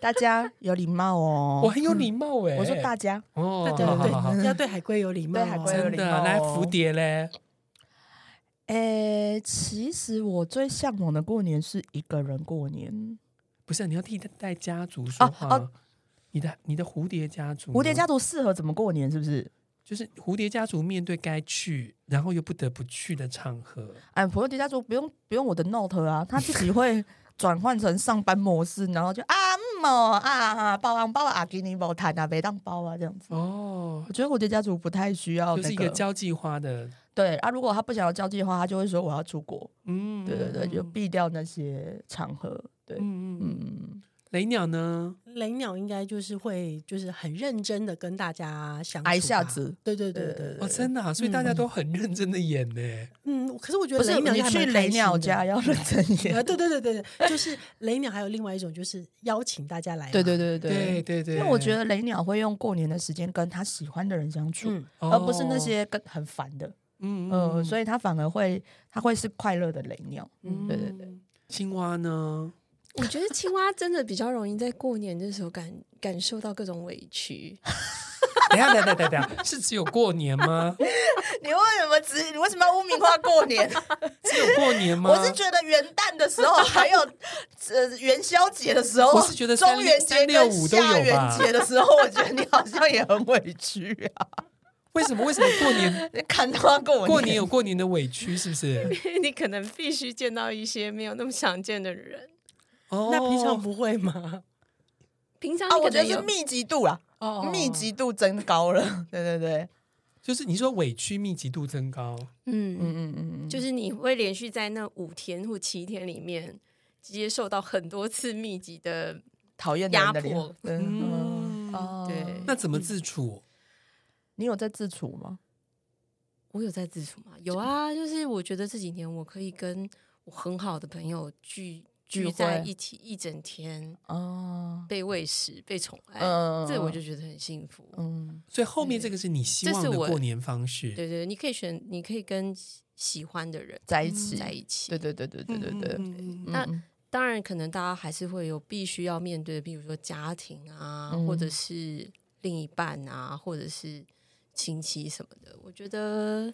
Speaker 1: 大家有礼貌
Speaker 2: <laughs> 我
Speaker 1: 哦。
Speaker 2: 很有礼貌哎、
Speaker 1: 我说大家，
Speaker 2: 哦，
Speaker 4: 对
Speaker 2: 好好好好
Speaker 4: 对，要对海龟有礼貌哦，
Speaker 1: 对海嗯龟有
Speaker 2: 真
Speaker 1: 礼
Speaker 2: 的
Speaker 1: 貌
Speaker 2: 来
Speaker 1: 哦
Speaker 2: 蝴蝶嘞，
Speaker 1: 诶，其实我最向往的过年是一个人过年。
Speaker 2: 不是，你要替代家族说话。
Speaker 1: 哦
Speaker 2: 你的你的蝴蝶家族呢，
Speaker 1: 蝴蝶家族适合怎么过年？是不是？
Speaker 2: 就是蝴蝶家族面对该去，然后又不得不去的场合，
Speaker 1: 哎，蝴蝶家族不用不用我的 note 啊，他自己会转换成上班模式，然后就啊嗯哦啊啊包红包啊，给你包谈啊，没当包啊这样子。
Speaker 2: 哦，
Speaker 1: 我觉得蝴蝶家族不太需要
Speaker 2: 就是
Speaker 1: 哦那
Speaker 2: 一个交际花的，
Speaker 1: 对啊，如果他不想要交际的话，他就会说我要出国。
Speaker 2: 嗯，
Speaker 1: 对对对，就避掉那些场合。对，
Speaker 2: 嗯嗯嗯。
Speaker 1: 嗯，
Speaker 2: 雷鸟呢？
Speaker 4: 雷鸟应该就是会就是很认真的跟大家相处吧
Speaker 1: 挨下子，呃
Speaker 4: 对对对对
Speaker 1: 对嗯
Speaker 4: 对，
Speaker 2: 哦，真的、啊，所以大家都很认真的演呢、
Speaker 1: <laughs>
Speaker 4: 嗯，可是我觉
Speaker 1: 不
Speaker 4: 得
Speaker 1: 是
Speaker 4: 雷鸟
Speaker 1: 你
Speaker 4: 还蛮
Speaker 1: 去雷
Speaker 4: 开心
Speaker 1: 鸟
Speaker 4: 的
Speaker 1: 家。要认真一点
Speaker 4: 啊，。对对对对对，就是雷鸟还有另外一种，就是邀请大家来嘛。
Speaker 5: 对对对对
Speaker 2: 对对对，
Speaker 1: 因为我觉得雷鸟会用过年的时间跟他喜欢的人相处，
Speaker 4: 嗯，
Speaker 2: 哦，
Speaker 1: 而不是那些跟很烦的。
Speaker 2: 嗯，嗯
Speaker 1: 呃，
Speaker 2: 嗯
Speaker 1: 所以他反而会，他会是快乐的雷鸟。
Speaker 2: 嗯
Speaker 1: 对对对，
Speaker 2: 青蛙呢？ <laughs>
Speaker 3: 我觉得青蛙真的比较容易在过年的时候感感受到各种委屈， <laughs>
Speaker 2: 等一下，等一下，等一下等一下，是只有过
Speaker 1: <laughs>
Speaker 2: 年吗？
Speaker 1: 你为什么只？你为什么要污名化过 <laughs> 年？
Speaker 2: 只有过年吗？
Speaker 1: 我是觉得元旦的时候，还有呃元宵节的时候，
Speaker 2: 我是觉得三
Speaker 1: 中元节
Speaker 2: 三六
Speaker 1: 跟
Speaker 2: 五都有吧
Speaker 1: 下元节的时候，我觉得你好像也很委屈啊。 <laughs>
Speaker 2: 为什么？为什么过年
Speaker 1: 你看他 <laughs> 过年，
Speaker 2: 过年有过年的委屈，是不是？
Speaker 3: 你可能必须见到一些没有那么常见的人。
Speaker 2: 哦
Speaker 4: 那平常不会吗？
Speaker 3: 平常
Speaker 1: 啊，
Speaker 3: 你可
Speaker 1: 我觉
Speaker 3: 能
Speaker 1: 得
Speaker 3: 有、
Speaker 1: 是密集度啦，
Speaker 4: 哦
Speaker 1: 密集度增高了。对对对，
Speaker 2: 就是你说委屈密集度增高，
Speaker 3: 嗯
Speaker 1: 嗯嗯嗯嗯，
Speaker 3: 就是你会连续在那五天或七天里面接受到很多次密集的，
Speaker 1: 讨厌的人的脸
Speaker 3: 压迫。
Speaker 1: 嗯
Speaker 2: 嗯
Speaker 1: 哦，
Speaker 3: 对
Speaker 2: 那怎么自处？
Speaker 1: 你有在自处吗？
Speaker 3: 我有在自处吗？有啊，就是我觉得这几年我可以跟我很好的朋友聚
Speaker 1: 聚
Speaker 3: 聚在
Speaker 1: 会
Speaker 3: 一起一整天，
Speaker 1: 哦，
Speaker 3: 被喂食、被宠爱，
Speaker 1: 嗯
Speaker 3: 这我就觉得很幸福。
Speaker 1: 嗯，
Speaker 2: 所以后面这个是你希望
Speaker 3: 这
Speaker 2: 的
Speaker 3: 是我
Speaker 2: 过年方式。
Speaker 3: 对对，你可以选，你可以跟喜喜欢的人
Speaker 1: 在一起，
Speaker 3: 嗯在一起。
Speaker 1: 对对对对对对对，嗯
Speaker 2: 嗯
Speaker 3: 那
Speaker 1: 嗯
Speaker 3: 当然，可能大家还是会有必须要面对的，比如说家庭啊，
Speaker 1: 嗯
Speaker 3: 或者是另一半啊，或者是亲戚什么的。我觉得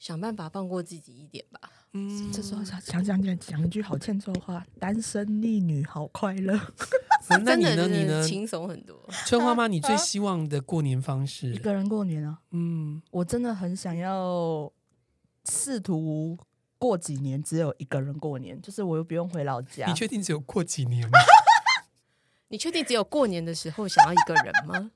Speaker 3: 想办法放过自己一点吧。
Speaker 2: 嗯
Speaker 1: 这时候想想想讲讲一句好欠揍话：单身逆女好快乐。
Speaker 2: 嗯那
Speaker 3: 真
Speaker 2: 你
Speaker 3: 的
Speaker 2: 呢？你
Speaker 3: 真的
Speaker 2: 呢？
Speaker 3: 轻松很多。
Speaker 2: 春花妈，你最希望的过年
Speaker 1: <laughs>
Speaker 2: 方
Speaker 1: 一
Speaker 2: 式？
Speaker 1: 个人过年啊，
Speaker 2: 嗯，
Speaker 1: 我真的很想要试图过几年只有一个人过年，就是我又不用回老家
Speaker 2: 你。确定只有过几年吗？ <laughs>
Speaker 3: 你确定只有过年的时候想要一个人吗？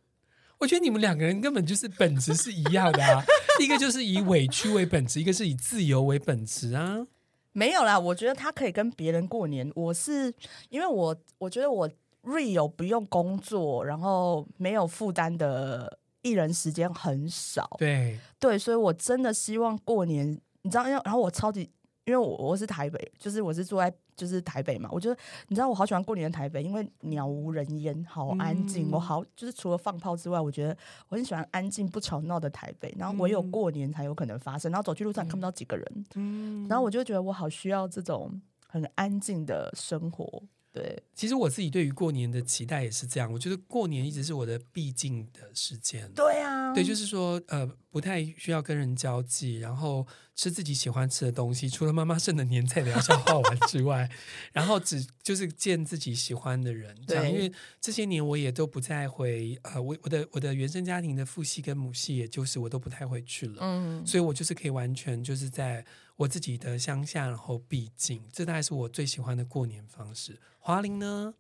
Speaker 2: 我觉得你们两个人根本就是本质是一样的
Speaker 3: <laughs>
Speaker 2: 啊，一个就是以委屈为本质，一个是以自由为本质啊。
Speaker 1: 没有啦，我觉得他可以跟别人过年。我是因为我我觉得我 real 不用工作，然后没有负担的艺人时间很少。
Speaker 2: 对，
Speaker 1: 对，所以我真的希望过年，你知道，因为然后我超级因为我我是台北，就是我是住在就是台北嘛，我觉得你知道我好喜欢过年的台北，因为鸟无人烟，好安静。
Speaker 2: 嗯
Speaker 1: 我好就是除了放炮之外，我觉得我很喜欢安静不吵闹的台北。然后唯有
Speaker 2: 嗯
Speaker 1: 过年才有可能发生，然后走去路上也看不到几个人，
Speaker 2: 嗯
Speaker 1: 然后我就觉得我好需要这种很安静的生活。对，
Speaker 2: 其实我自己对于过年的期待也是这样，我觉得过年一直是我的必经的时间。
Speaker 1: 对啊，
Speaker 2: 对，就是说，呃，不太需要跟人交际，然后吃自己喜欢吃的东西，除了妈妈剩的年菜聊笑话完之外，然后只就是见自己喜欢的人。这样，
Speaker 1: 对
Speaker 2: 因为这些年我也都不再回，呃，我我的我的原生家庭的父系跟母系，也就是我都不太回去了。
Speaker 1: 嗯，
Speaker 2: 所以我就是可以完全就是在我自己的乡下，然后避境，这大概是我最喜欢的过年方式。华玲呢？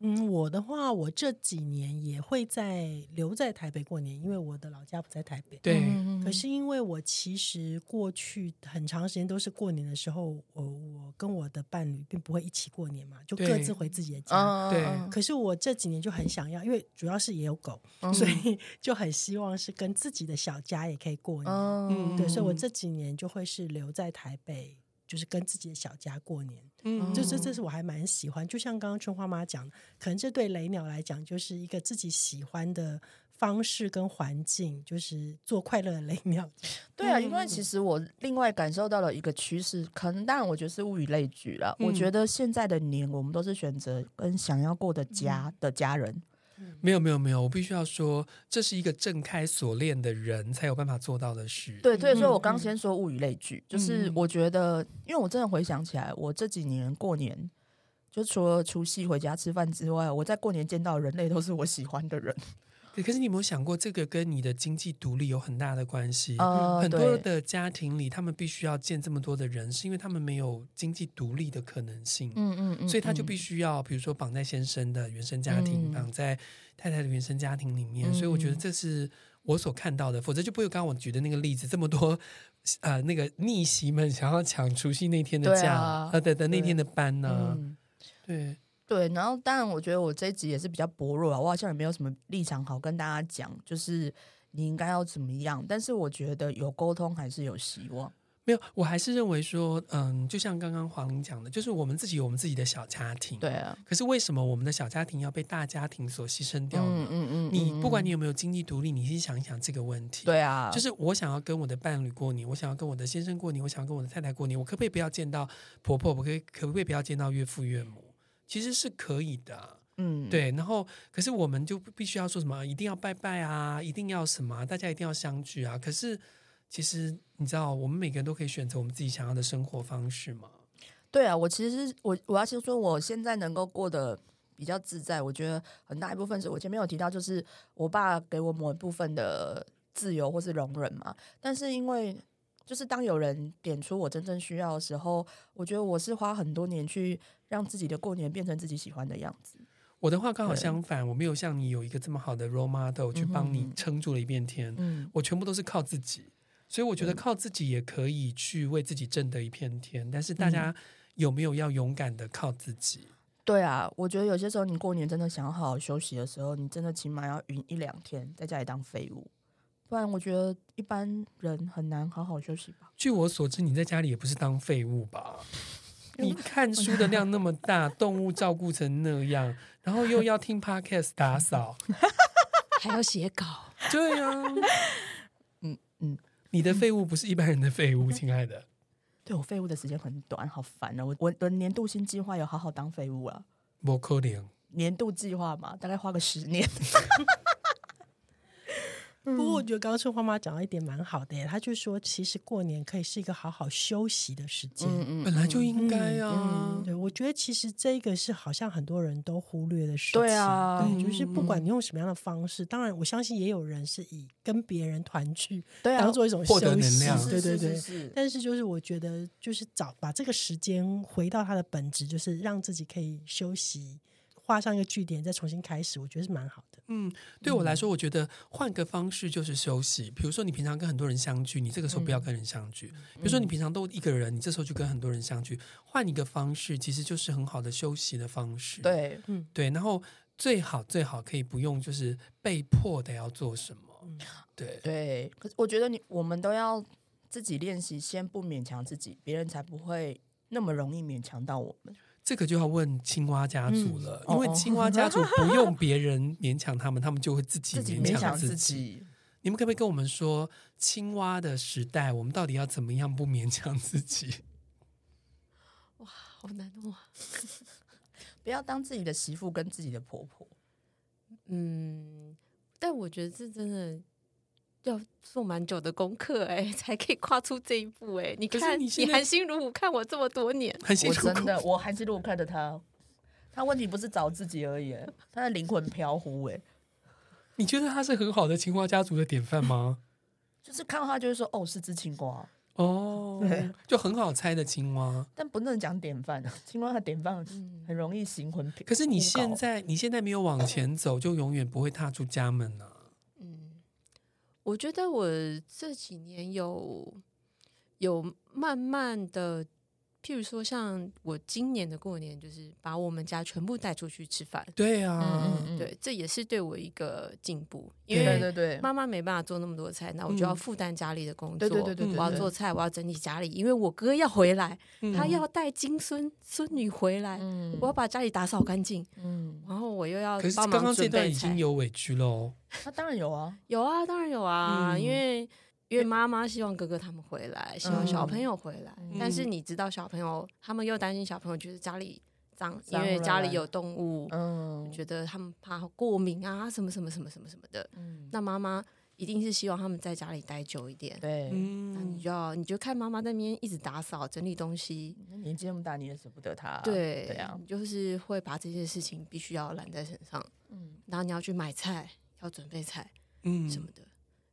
Speaker 4: 嗯，我的话，我这几年也会在留在台北过年，因为我的老家不在台北。
Speaker 2: 对，
Speaker 1: 嗯
Speaker 4: 可是因为我其实过去很长时间都是过年的时候，我我跟我的伴侣并不会一起过年嘛，就各
Speaker 2: 对
Speaker 4: 自回自己的家。
Speaker 1: 嗯，
Speaker 2: 对
Speaker 1: 嗯
Speaker 4: 可是我这几年就很想要，因为主要是也有狗， <laughs>
Speaker 3: 嗯
Speaker 1: 嗯
Speaker 4: 所以就很希望是跟自己的小家也可以过年。
Speaker 1: 嗯，
Speaker 4: 对，所以我
Speaker 2: 嗯
Speaker 4: 这几年就会是留在台北，就是跟自己的小家过年。
Speaker 2: 嗯
Speaker 4: 这这这是我还蛮喜欢，就像刚刚春花妈讲的，可能这对雷鸟来讲就是一个自己喜欢的方式跟环境，就是做快乐的雷鸟。
Speaker 1: 对啊，
Speaker 2: 嗯
Speaker 1: 因为其实我另外感受到了一个趋势，可能当然我觉得是物以类聚啦。
Speaker 2: 嗯
Speaker 1: 我觉得现在的年，我们都是选择跟想要过的家的家人，
Speaker 2: 没有没有没有，我必须要说，这是一个正开锁链的人才有办法做到的事。
Speaker 1: 对，所以说
Speaker 4: 嗯
Speaker 1: 我刚先说物以类聚，就是我觉得，因为我真的回想起来，我这几年过年。就除了除夕回家吃饭之外，我在过年见到的人类都是我喜欢的人。
Speaker 2: 对，可是你有没有想过，这个跟你的经济独立有很大的关系？
Speaker 1: <laughs> 呃，
Speaker 2: 很多
Speaker 1: 对
Speaker 2: 的家庭里，他们必须要见这么多的人，是因为他们没有经济独立的可能性。
Speaker 1: 嗯嗯嗯，
Speaker 2: 所以他就
Speaker 1: 嗯
Speaker 2: 必须要，比如说绑在先生的原生家
Speaker 1: 嗯
Speaker 2: 庭，绑在太太的原生家庭里面。所以我觉得
Speaker 1: 嗯
Speaker 2: 这是我所看到的，否则就不会有刚刚我举的那个例子，这么多呃那个逆袭们想要抢除夕那天的
Speaker 1: 对
Speaker 2: 假，
Speaker 1: 啊
Speaker 2: 呃的的那
Speaker 1: 对
Speaker 2: 天的班呢、
Speaker 1: 嗯
Speaker 2: 对，
Speaker 1: 对，然后当然，我觉得我这一集也是比较薄弱啊，我好像也没有什么立场好跟大家讲，就是你应该要怎么样。但是我觉得有沟通还是有希望。
Speaker 2: 没有，我还是认为说，嗯，就像刚刚黄玲讲的，就是我们自己有我们自己的小家庭。
Speaker 1: 对。啊，
Speaker 2: 可是为什么我们的小家庭要被大家庭所牺牲掉呢？
Speaker 1: 嗯嗯嗯，
Speaker 2: 你
Speaker 1: 嗯
Speaker 2: 不管
Speaker 1: 嗯
Speaker 2: 你有没有经济独立，你先想一想这个问题。
Speaker 1: 对啊，
Speaker 2: 就是我想要跟我的伴侣过年，我想要跟我的先生过年，我想要跟我的太太过年，我可不可以不要见到婆婆？我可以可不可以不要见到岳父岳母？其实是可以的啊，
Speaker 1: 嗯，
Speaker 2: 对。然后，可是我们就必须要说什么，一定要拜拜啊，一定要什么啊，大家一定要相聚啊。可是，其实你知道，我们每个人都可以选择我们自己想要的生活方式嘛。
Speaker 1: 对啊。我其实我我要先说，我现在能够过得比较自在，我觉得很大一部分是我前面有提到，就是我爸给我某一部分的自由或是容忍嘛。但是因为就是当有人点出我真正需要的时候，我觉得我是花很多年去让自己的过年变成自己喜欢的样子。
Speaker 2: 我的话刚好
Speaker 1: 对
Speaker 2: 相反，我没有像你有一个这么好的 role model 去帮
Speaker 1: 嗯哼
Speaker 2: 你
Speaker 1: 哼
Speaker 2: 撑住了一片天，
Speaker 1: 嗯，
Speaker 2: 我全部都是靠自己，所以我觉得靠自己也可以去为自己挣得一片天。但
Speaker 1: 嗯
Speaker 2: 是大家有没有要勇敢的靠自己？
Speaker 1: 对啊，我觉得有些时候你过年真的想好好休息的时候，你真的起码要匀一两天，在家里当废物，不然我觉得一般人很难好好休息吧。
Speaker 2: 据我所知，你在家里也不是当废
Speaker 1: <laughs>
Speaker 2: 物吧？你看书的量那么大，动物照顾成那样，然后又要听 podcast 打扫，
Speaker 3: 还要写稿，
Speaker 2: 对呀、啊，
Speaker 1: <laughs> 嗯嗯，
Speaker 2: 你的废物不是一般人的废物，亲爱的，
Speaker 1: 对我废物的时间很短，好烦啊！我我的年度新计划有好好当废物啊，
Speaker 2: 我可怜。
Speaker 1: 年度计划嘛，大概花个十年。
Speaker 4: 不过
Speaker 1: 嗯
Speaker 4: 我觉得刚刚春花妈讲到一点蛮好的耶，她就说其实过年可以是一个好好休息的时间。
Speaker 1: 嗯
Speaker 2: <laughs> 本来就应该啊
Speaker 1: 嗯，
Speaker 4: 对，我觉得其实这个是好像很多人都忽略的事情。
Speaker 1: 对啊
Speaker 4: 对就是不
Speaker 2: 嗯
Speaker 4: 管你用什么样的方式，当然我相信也有人是以跟别人团聚
Speaker 1: 对啊
Speaker 4: 当，做一种
Speaker 2: 获得
Speaker 4: 休
Speaker 2: 能
Speaker 4: 息
Speaker 2: 量。
Speaker 1: 是
Speaker 4: 对对对
Speaker 1: 是，是是
Speaker 4: 但是就是我觉得，就是找把这个时间回到它的本质，就是让自己可以休息，画上一个句点，再重新开始，我觉得是蛮好的。
Speaker 2: 嗯，对我来说，我觉得换个方式就是休息。比如说，你平常跟很多人相聚，你这个时候不
Speaker 1: 嗯
Speaker 2: 要跟人相聚；比如说，你平常都一个人，你这时候就跟很多人相聚，换一个方式，其实就是很好的休息的方式。
Speaker 1: 对，
Speaker 2: 对，然后最好最好可以不用就是
Speaker 1: 嗯
Speaker 2: 被迫的要做什么。对，
Speaker 1: 对，可是我觉得你我们都要自己练习，先不勉强自己，别人才不会那么容易勉强到我们。
Speaker 2: 这个就要问青蛙家族
Speaker 1: 嗯
Speaker 2: 了，
Speaker 1: 哦
Speaker 2: 因为青蛙家族不
Speaker 1: <laughs>
Speaker 2: 用别人勉强他们，他们就会自己
Speaker 1: 自己
Speaker 2: 勉
Speaker 1: 勉
Speaker 2: 强
Speaker 1: 强
Speaker 2: 自
Speaker 1: 自
Speaker 2: 己。
Speaker 1: 己，
Speaker 2: 你们可不可以跟我们说，青蛙的时代，我们到底要怎么样不勉强自己？
Speaker 3: 好难哦。
Speaker 1: 不要当自己的媳妇跟自己的婆
Speaker 2: <laughs>
Speaker 1: 婆。
Speaker 3: 嗯，但我觉得这真的要做蛮久的功课哎、 <laughs> 才可以跨出这一步哎、你
Speaker 2: 可是
Speaker 3: 看，
Speaker 2: 你现
Speaker 3: 你
Speaker 2: 在
Speaker 3: 含辛茹苦看我这么多年，
Speaker 2: 很辛
Speaker 1: 我
Speaker 2: 苦，
Speaker 1: 真的，我还是如果看着他，他问题不是找自己而已，他的灵魂飘忽，哎，
Speaker 2: 你觉得他是很好的青蛙家族的典范吗？
Speaker 1: 就是看到他就会说，哦，是只青蛙，
Speaker 2: 哦，就很好猜的青蛙。
Speaker 1: 但不能讲典范， <laughs> 青蛙的典范
Speaker 3: 嗯，
Speaker 1: 很容易形魂。
Speaker 2: 可是你现，在，啊你现在没有往前走，就永远不会踏出家门了、
Speaker 3: 嗯，我觉得我这几年有有慢慢的，譬如说像我今年的过年，就是把我们家全部带出去吃饭，
Speaker 2: 对啊，
Speaker 1: 嗯嗯嗯，
Speaker 3: 对，这也是对我一个进步，因
Speaker 1: 对
Speaker 3: 为
Speaker 1: 对对，
Speaker 3: 妈妈没办法做那么多菜，那我就要
Speaker 2: 嗯
Speaker 3: 负担家里的工作，
Speaker 1: 对对对对对，
Speaker 2: 嗯
Speaker 3: 我要
Speaker 1: 对
Speaker 3: 做，菜，我要整理家里，因为我哥要回来，
Speaker 2: 嗯
Speaker 3: 他要带金孙孙女回来，
Speaker 1: 嗯
Speaker 3: 我要把家里打扫干净，
Speaker 1: 嗯，
Speaker 3: 然后我又要
Speaker 2: 可是
Speaker 3: 哦帮
Speaker 2: 刚
Speaker 3: 忙
Speaker 2: 刚这
Speaker 3: 准备
Speaker 2: 段已
Speaker 3: 菜。
Speaker 2: 经有委屈哦喽。
Speaker 1: 他当然有啊，
Speaker 3: 有啊，当然有啊，
Speaker 2: 嗯
Speaker 3: 因为因为妈妈希望哥哥他们回来，希望小朋友回来，
Speaker 1: 嗯
Speaker 3: 但是你知道小朋友他们又担心小朋友觉得家里脏，因
Speaker 1: 脏
Speaker 3: 为
Speaker 1: 乱
Speaker 3: 家里
Speaker 1: 乱
Speaker 3: 有动物，
Speaker 1: 嗯，
Speaker 3: 觉得他们怕过敏啊，什么什么什么什么什么的。
Speaker 1: 嗯，
Speaker 3: 那妈妈一定是希望他们在家里待久一点。
Speaker 1: 对，
Speaker 3: 那你
Speaker 2: 嗯，
Speaker 3: 就要，你就看妈妈那边一直打扫、整理东西，
Speaker 1: 年纪那么大，你也舍不得他，
Speaker 3: 对，
Speaker 1: 对啊，
Speaker 3: 你就是会把这些事情必须要揽在身上，
Speaker 1: 嗯，
Speaker 3: 然后你要去买菜，要准备菜
Speaker 2: 嗯
Speaker 3: 什么的。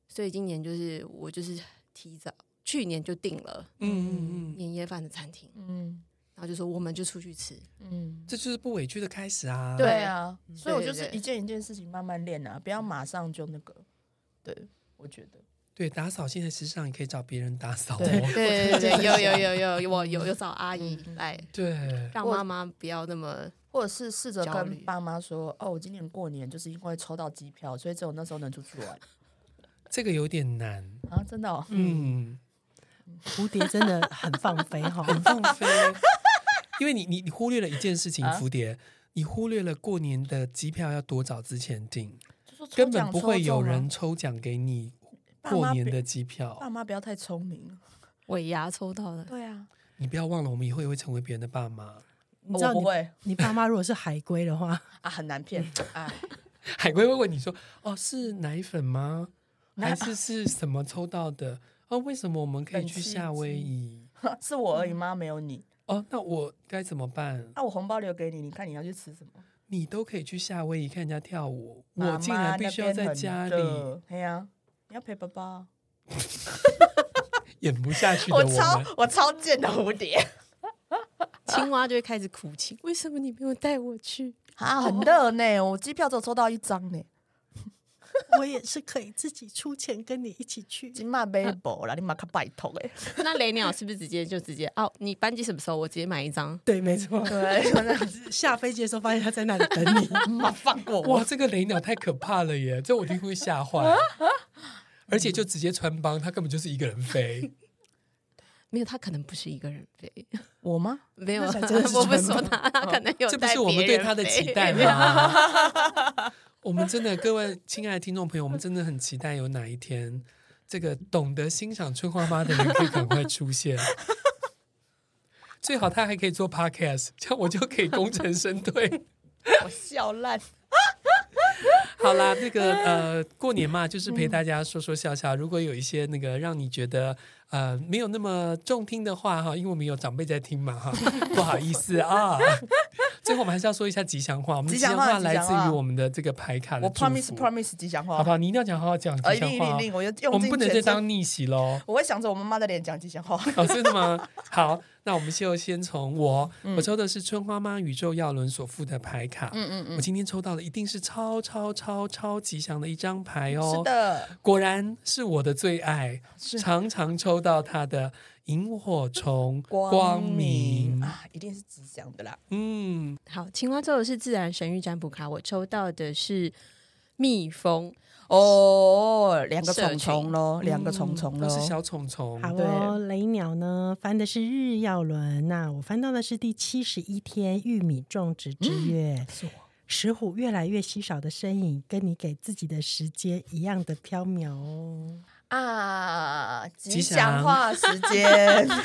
Speaker 3: 所以今年就是我就是提早，去年就定了
Speaker 2: 嗯嗯嗯，
Speaker 3: 年夜饭的餐厅，
Speaker 1: 嗯
Speaker 3: 然后就说我们就出
Speaker 2: <laughs>
Speaker 3: 去吃。
Speaker 1: 嗯。
Speaker 2: 这就是不委屈的开始啊。
Speaker 1: 对啊，所以我
Speaker 3: 对
Speaker 1: 就是
Speaker 3: 对
Speaker 1: 一件一件事情慢慢练啊，不要马上就那个。对，我觉得
Speaker 2: 对，打扫现在实际上也可以找别人打扫哦。
Speaker 1: 对
Speaker 3: 对对对，有有有有，我有有找阿姨来
Speaker 2: 对，
Speaker 3: 让
Speaker 1: 我
Speaker 3: 妈妈不要那么
Speaker 1: 或者是试着
Speaker 3: 焦
Speaker 1: 跟
Speaker 3: 虑
Speaker 1: 爸妈说，哦，我今年过年就是因为抽到机票，所以只有那时候能出去玩
Speaker 2: 这个有点难。
Speaker 1: 啊，真的、哦。
Speaker 2: 嗯，
Speaker 4: 蝴蝶真的很放飞
Speaker 3: <laughs>
Speaker 4: 哈，
Speaker 2: 很放飞，因为你你你忽略了一件事情，
Speaker 1: 啊
Speaker 2: 蝴蝶，你忽略了过年的机票要多早之前订，
Speaker 1: 就说抽
Speaker 2: 根本
Speaker 1: 奖
Speaker 2: 不
Speaker 1: 抽
Speaker 2: 会有
Speaker 1: 中啊
Speaker 2: 人抽奖给你
Speaker 1: 爸
Speaker 2: 过
Speaker 1: 妈
Speaker 2: 年
Speaker 1: 不
Speaker 2: 的机票
Speaker 1: 爸。妈不要太聪明了。
Speaker 3: 尾牙抽到的。
Speaker 1: 对啊，
Speaker 2: 你不要忘了，我们以后也会成为别人的爸妈。
Speaker 4: 你知道
Speaker 1: 哦我不
Speaker 4: 你
Speaker 1: 会
Speaker 4: 你爸妈如果是海龟的话，
Speaker 1: 啊，很难
Speaker 2: <laughs>
Speaker 1: 骗。哎，
Speaker 2: 海龟会问你说：“哦，是奶粉吗？
Speaker 1: 奶
Speaker 2: 还是是什么抽到的？哦，为什么我们可以
Speaker 1: 冷
Speaker 2: 去
Speaker 1: 气
Speaker 2: 夏威
Speaker 1: 机
Speaker 2: 夷？
Speaker 1: 是我而已，妈没有你。
Speaker 2: 哦，那我该怎么办？
Speaker 1: 那、我红包留给你，你看你要去吃什么？
Speaker 2: 你都可以去夏威夷看人家跳舞，
Speaker 1: 妈
Speaker 2: 我
Speaker 1: 妈
Speaker 2: 竟然必
Speaker 1: 那
Speaker 2: 须要
Speaker 1: 边
Speaker 2: 在
Speaker 1: 很
Speaker 2: 家里
Speaker 1: 热。对呀、啊，你要陪爸爸啊。
Speaker 2: 演不下去的
Speaker 1: 我
Speaker 2: 们。
Speaker 1: 超我超贱的蝴蝶
Speaker 3: 青蛙就会开始哭泣， <laughs> 为什么你没有带我去？
Speaker 1: <laughs> 啊，很热呢。我机票只有抽到一张呢，
Speaker 4: <laughs> 我也是可以自己出钱跟你一起去。
Speaker 1: 金马微博啦，你马卡拜托哎。
Speaker 3: <laughs> 那雷鸟是不是直接就直接哦？你班机什么时候？我直接买一张。
Speaker 4: 对，没错。
Speaker 1: <laughs> 对，真的
Speaker 4: <laughs> 下飞机的时候发现他在那里等你，
Speaker 1: 妈放过我
Speaker 2: 哇，。这个雷鸟太可怕了耶！这我一定会吓
Speaker 1: 啊
Speaker 2: 坏，而且就直接穿帮，他根本就是一个人飞。
Speaker 3: 没有，他可能不是一个人飞，
Speaker 1: 我吗？
Speaker 3: 没有， <laughs>
Speaker 4: 那才真的是
Speaker 3: 我不
Speaker 4: 纯
Speaker 3: 说他，他可能有
Speaker 2: 哦这不
Speaker 3: 带
Speaker 2: 是我们
Speaker 3: 别
Speaker 2: 对
Speaker 3: 人
Speaker 2: 他的
Speaker 3: 飞
Speaker 2: 期
Speaker 3: <laughs>
Speaker 2: 待吗？ <laughs> 我们真的，各位亲爱的听众朋友，我们真的很期待有哪一天，这个懂得欣赏春花妈的人可以赶快出现。 <laughs> 最好他还可以做 podcast，这样我就可以功成身退。
Speaker 1: <laughs> 我笑烂。
Speaker 2: <laughs> 好啦，
Speaker 1: <laughs>
Speaker 2: 那个呃，过年嘛，就是陪大家说说笑笑。如果有一些那个让你觉得呃没有那么中听的话哈，因为我们有长辈在听
Speaker 1: <laughs>
Speaker 2: 嘛哈，不好意思啊。 <laughs> 最后我们还是要说一下吉祥话，我们的
Speaker 1: 吉
Speaker 2: 吉
Speaker 1: 祥
Speaker 2: 祥
Speaker 1: 话
Speaker 2: 话来自
Speaker 1: 吉祥
Speaker 2: 于
Speaker 1: 话
Speaker 2: 我们的这个牌卡的
Speaker 1: 我
Speaker 2: 祝
Speaker 1: promise
Speaker 2: 福，
Speaker 1: promise 吉祥话，
Speaker 2: 好不好？你一定要讲好好讲
Speaker 1: 呃，
Speaker 2: 吉
Speaker 1: 一定
Speaker 2: 祥
Speaker 1: 一定
Speaker 2: 话
Speaker 1: 一，
Speaker 2: 哦
Speaker 1: 定，我就用
Speaker 2: 我
Speaker 1: 尽
Speaker 2: 们不能
Speaker 1: 全
Speaker 2: 再
Speaker 1: 身
Speaker 2: 当逆袭喽。
Speaker 1: 我会想着我妈妈的脸讲吉祥话。
Speaker 2: <laughs> 哦，真的吗？好，那我们就先从我，
Speaker 1: 嗯
Speaker 2: 我抽的是春花妈宇宙耀伦所附的牌卡。嗯嗯嗯，我今天抽到的一定是超超超超吉祥的一张牌哦。
Speaker 1: 是的，
Speaker 2: 果然是我的最爱，
Speaker 1: 是
Speaker 2: 常常抽到它的萤火虫
Speaker 1: 光
Speaker 2: 明。
Speaker 1: 明啊，一定是吉祥的啦。
Speaker 2: 嗯，
Speaker 3: 好，青蛙咒的是自然神谕占卜卡，我抽到的是蜜蜂。
Speaker 1: 哦，两个
Speaker 3: 社
Speaker 1: 虫虫喽，两个虫虫哦
Speaker 2: 都
Speaker 1: 喽，
Speaker 2: 是小虫虫。
Speaker 4: 好
Speaker 1: 对
Speaker 4: 哦，雷鸟呢翻的是日曜轮，那我翻到的是第七十一天玉米种植之月。石虎越来越稀少的身影，跟你给自己的时间一样的缥缈哦。
Speaker 1: 啊，吉
Speaker 2: 吉
Speaker 1: 祥
Speaker 2: 祥
Speaker 1: 话时间。 <laughs>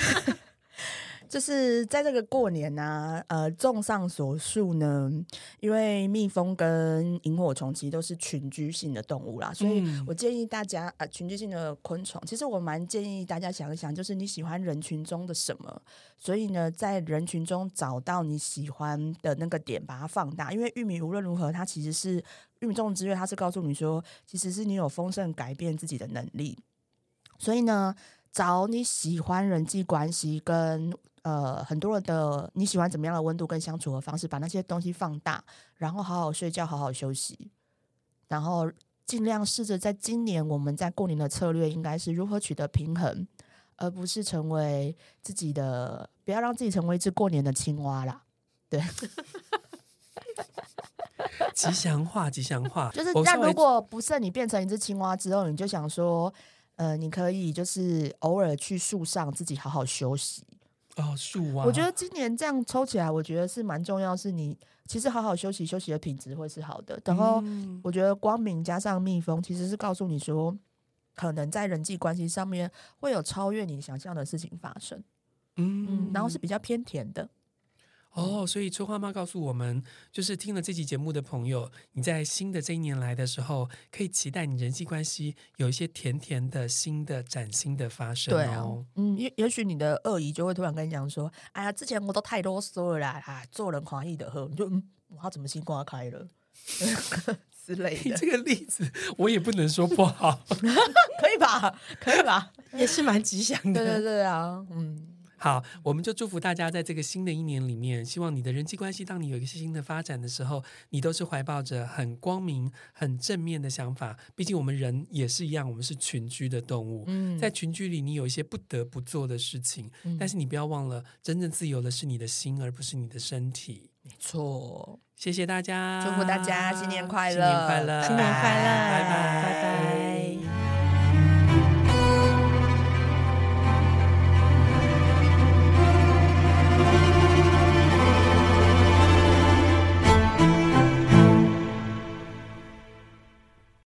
Speaker 1: 就是在这个过年呢、呃，综上所述呢，因为蜜蜂跟萤火虫其实都是群居性的动物啦，所以
Speaker 2: 嗯
Speaker 1: 我建议大家啊、呃群居性的昆虫，其实我蛮建议大家想一想，就是你喜欢人群中的什么，所以呢，在人群中找到你喜欢的那个点，把它放大。因为玉米无论如何，它其实是玉米种植之月，它是告诉你说，其实是你有丰盛改变自己的能力。所以呢，找你喜欢人际关系跟呃很多人的你喜欢怎么样的温度跟相处的方式，把那些东西放大，然后好好睡觉，好好休息，然后尽量试着在今年我们在过年的策略应该是如何取得平衡，而不是成为自己的，不要让自己成为一只过年的青蛙啦。
Speaker 2: 吉祥话，吉祥话，
Speaker 1: 就是
Speaker 2: 我，
Speaker 1: 但
Speaker 2: 稍微
Speaker 1: 如果不慎你变成一只青蛙之后，你就想说，呃，你可以就是偶尔去树上自己好好休息。
Speaker 2: 哦树啊，
Speaker 1: 我觉得今年这样抽起来，我觉得是蛮重要，是你其实好好休息，休息的品质会是好的。然后
Speaker 2: 嗯
Speaker 1: 我觉得光明加上蜜蜂，其实是告诉你说，可能在人际关系上面会有超越你想象的事情发生，
Speaker 2: 嗯
Speaker 1: 然后是比较偏甜的。嗯
Speaker 2: 哦，所以春花妈告诉我们，就是听了这期节目的朋友，你在新的这一年来的时候，可以期待你人际关系有一些甜甜的新的崭新的发生
Speaker 1: 对啊 <laughs>
Speaker 2: 哦。，
Speaker 1: 嗯，也也许你的恶姨就会突然跟你讲说：“哎呀，之前我都太啰嗦了啦，啊，做人华裔的喝，你就嗯，他怎么心花开了 <laughs> 之类
Speaker 2: 你
Speaker 1: 的，
Speaker 2: 这个例子我也不能说不好。
Speaker 1: 可以吧？可以吧？
Speaker 4: 也是蛮吉祥
Speaker 1: <laughs> 对对
Speaker 4: 的。
Speaker 1: 对啊，嗯，
Speaker 2: 好，我们就祝福大家在这个新的一年里面，希望你的人际关系，当你有一些新的发展的时候，你都是怀抱着很光明、很正面的想法。毕竟我们人也是一样，我们是群居的动物，
Speaker 1: 嗯
Speaker 2: 在群居里，你有一些不得不做的事情，但是你不要忘了，真正自由的是你的心，而不是你的身体。
Speaker 1: 没错，
Speaker 2: 谢谢大家，
Speaker 1: 啊祝福大家新年快乐
Speaker 2: 新年快乐，
Speaker 4: 新年快乐，
Speaker 2: 拜拜
Speaker 4: 拜拜